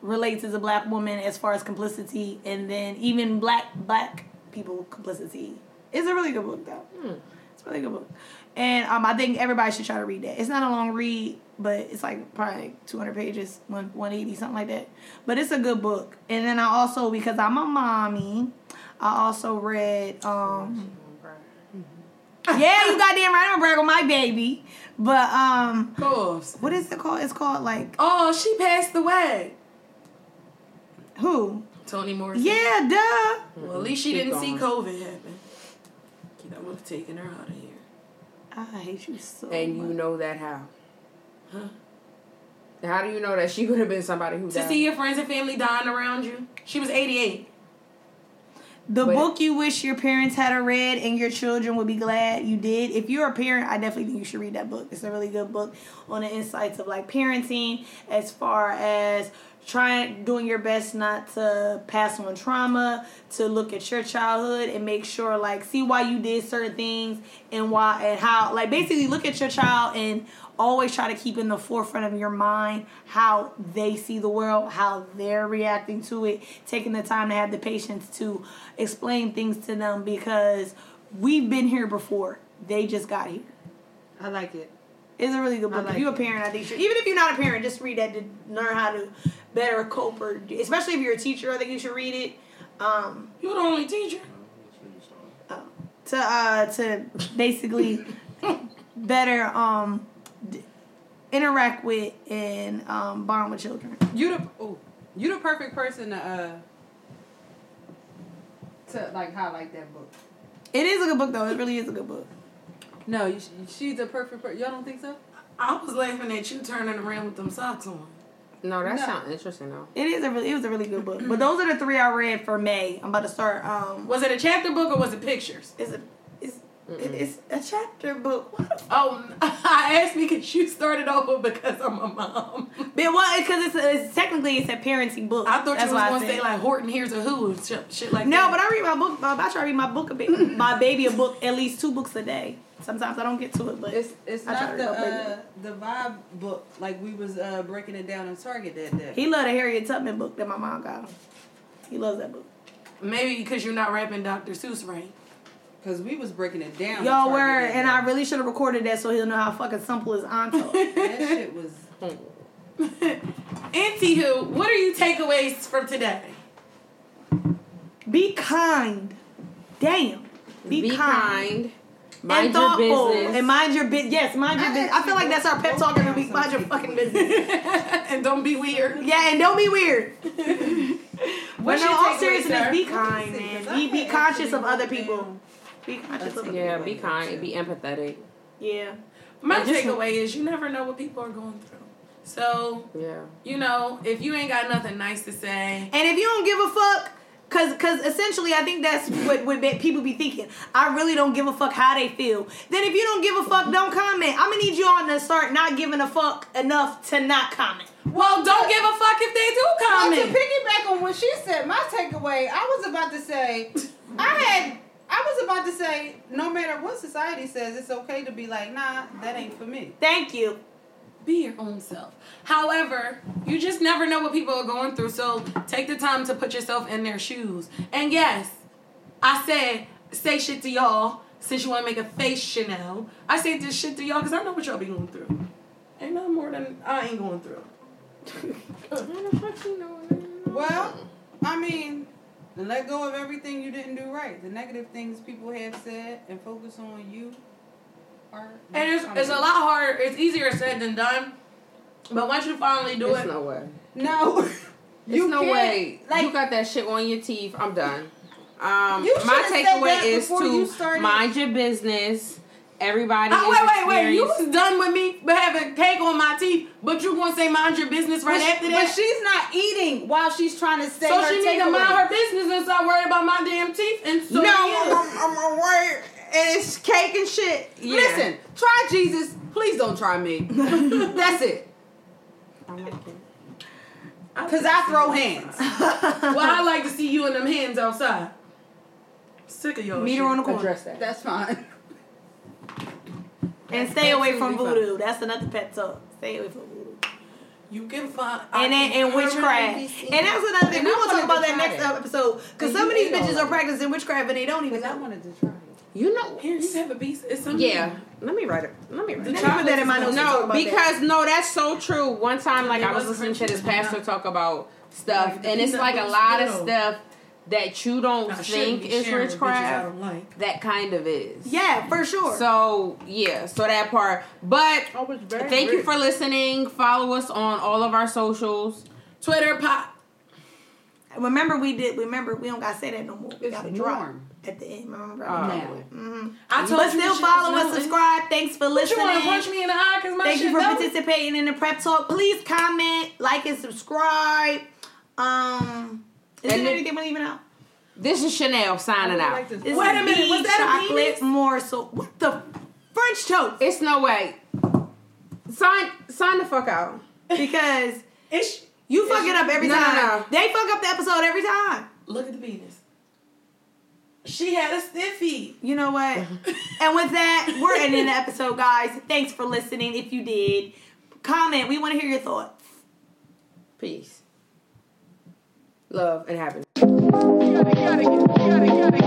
relates as a black woman as far as complicity and then even black black people complicity. It's a really good book though. It's a really good book. And um, I think everybody should try to read that. It's not a long read, but it's like probably like 200 pages, one 180, something like that. But it's a good book. And then I also, because I'm a mommy, I also read. Um, yeah, you goddamn right. I'm gonna brag on my baby. But um,
Course.
what is it called? It's called like
Oh, she passed away.
who?
Toni Morrison.
Yeah, duh.
Well, at least she
Keep
didn't see COVID happen.
Keep
That would have taken her out of here.
I hate you so.
And you
much.
know that how? Huh? How do you know that she would have been somebody who
To
died?
see your friends and family dying around you. She was 88.
The
But-
book you wish your parents had a read and your children would be glad you did. If you're a parent, I definitely think you should read that book. It's a really good book on the insights of like parenting as far as trying doing your best not to pass on trauma, to look at your childhood and make sure like see why you did certain things and why and how like basically look at your child and always try to keep in the forefront of your mind how they see the world, how they're reacting to it, taking the time to have the patience to explain things to them because we've been here before. They just got here.
I like it.
It's a really good book.
like
if you're a parent, I think you should. Even if you're not a parent, just read that to learn how to better cope or especially if you're a teacher, I think you should read it. Um,
You the only teacher.
to uh to basically better um d- interact with and um bond with children.
You the oh, you the perfect person to uh to like highlight that book.
It is a good book though. It really is a good book.
No, you, she's a perfect person. Y'all don't think so?
I was laughing at you turning around with them socks on.
no, that
No.
sounds interesting though.
It is a really it was a really good book. But those are the three I read for May. I'm about to start um
Was it a chapter book or was it pictures?
it's a it's it- it's a chapter book. What the
Oh, I asked because you started over because I'm a mom.
But well, it's because it's, a- it's technically it's a parenting book.
I thought
That's
you
why
was going
I
to
said-
say like Horton hears a who and shit, shit like
No,
that.
but I read my book. I'm about to read my book a bit. My baby a book at least two books a day. Sometimes I don't get to it, but
It's it's
I
not
tried to
the
help
uh, the vibe book like we was uh breaking it down in Target that day.
He loved the Harriet Tubman book that my mom got. him. He loves that book.
Maybe because you're not rapping Dr. Seuss right.
Cause we was breaking it down. in
Y'all
Target
were,
that
and
day.
I really should have recorded that so he'll know how fucking simple his aunt.
that shit was.
Auntie who, what are your takeaways from today?
Be kind. Damn. Be,
Be
kind.
kind. Mind
And
your
thoughtful.
business.
And mind your business. Yes, mind your
I
business. I feel like that's our pep talk every week.
actually
Mind your
wrote down
fucking business.
and don't be weird.
Yeah, and don't be weird. but
your
no, all
takeaway,
seriousness,
sir?
be kind,
see, 'cause
man.
I
Be, be
had
conscious
actually
of other
wrote
people.
down-
Be conscious of other
yeah,
people.
be kind. Be empathetic.
Yeah.
My
I just-
takeaway is you never know what people are going through. So,
Yeah.
you know, if you ain't got nothing nice to say,
And if you don't give a fuck, cause cause essentially I think that's what what be- people be thinking. I really don't give a fuck how they feel. Then if you don't give a fuck, don't comment. I'm gonna need you all to start not giving a fuck enough to not comment.
well, don't give a fuck if they do
Well,
comment.
to piggyback on what she said, my takeaway, I was about to say, I had, I was about to say, no matter what society says, it's okay to be like, nah, that ain't for me.
Thank you.
be your own self. However, you just never know what people are going through, so take the time to put yourself in their shoes. And yes, I said say shit to y'all since you want to make a face, Chanel. I said this shit to y'all because I know what y'all be going through. Ain't nothing more than I ain't going through.
Well, I mean, and let go of everything you didn't do right. The negative things people have said and focus on you are.
And it's, it's a lot harder. It's easier said than done. But once you finally do
There's
it,
no way.
No.
There's
You
no
can't-
way.
like-
you got that shit on your teeth. I'm done. Um,
You
my
should've said
takeaway
that
is
before you
to
started.
mind your business. Everybody.
Oh,
is
wait, wait, wait. You
experienced-
was done with me for having cake on my teeth, but you gonna say mind your business right
But,
after
but
that?
she's not eating while she's trying to say
so
her
she need to
takeaway.
mind her business and stop worrying about my damn teeth. And so
no,
yeah.
I'm, I'm, I'm worried. And it's cake and shit.
Yeah.
Listen, try Jesus. Please don't try me. That's it. Because I throw hands.
well, I like to see you and them hands outside. Sick of your
Meet
shit.
her on the corner.
Address that.
That's fine.
And stay away from
Absolutely
voodoo. That's another pet talk. Stay away from voodoo.
You can find
And then and witchcraft. And that's another thing.
And
We
I
will talk
wanted
about
to
that
try
next
that.
episode. Because
And you
some of these
ate all
bitches
of
are
it.
practicing witchcraft and they don't even
Because I
know.
wanted to try it.
You know.
Here, you have a piece. It's something.
Yeah. Let me write it. Let me write it.
Let me put that in my notes. to talk
No,
about that.
because no, that's so true. One time, like
It
I was
wasn't
listening to this
crunchy, it was
pastor
not.
talk about stuff,
Like, the
and it's
peanut
like a
butter
lot of
still.
stuff that you don't
I shouldn't
think
be
is
sharing with bitches I
witchcraft.
don't like.
That kind of is.
Yeah, for sure.
So yeah, so that part. But
I was very
thank you for listening. Follow us on all of our socials.
Twitter pop.
remember we did remember we don't gotta say that no more. We
It's
gotta drop
norm.
at the end. Remember?
Uh,
now.
Oh. I told
Mm-hmm. but
you
still
shit
follow
was
us,
not-
subscribe. Thanks for
But you
listening.
want to punch me in the eye because my
Thank
shit
you for
dumb?
participating in the prep talk. Please comment, like, and subscribe. Um,
And
is there
then-
anything we're leaving out?
This is Chanel signing out.
This
Wait
is
a minute, was
the
that a
chocolate
penis?
morsel? What the French toast?
It's no way. Sign, sign the fuck out.
Because
Ish.
you fuck it up every
No, no,
time.
no.
They fuck up the episode every time.
Look at the penis. She had a stiffy.
You know what? and with that, we're ending the episode, guys. Thanks for listening. If you did, comment. We want to hear your thoughts.
Peace, love, and happiness.
gotta, gotta, gotta, gotta, gotta.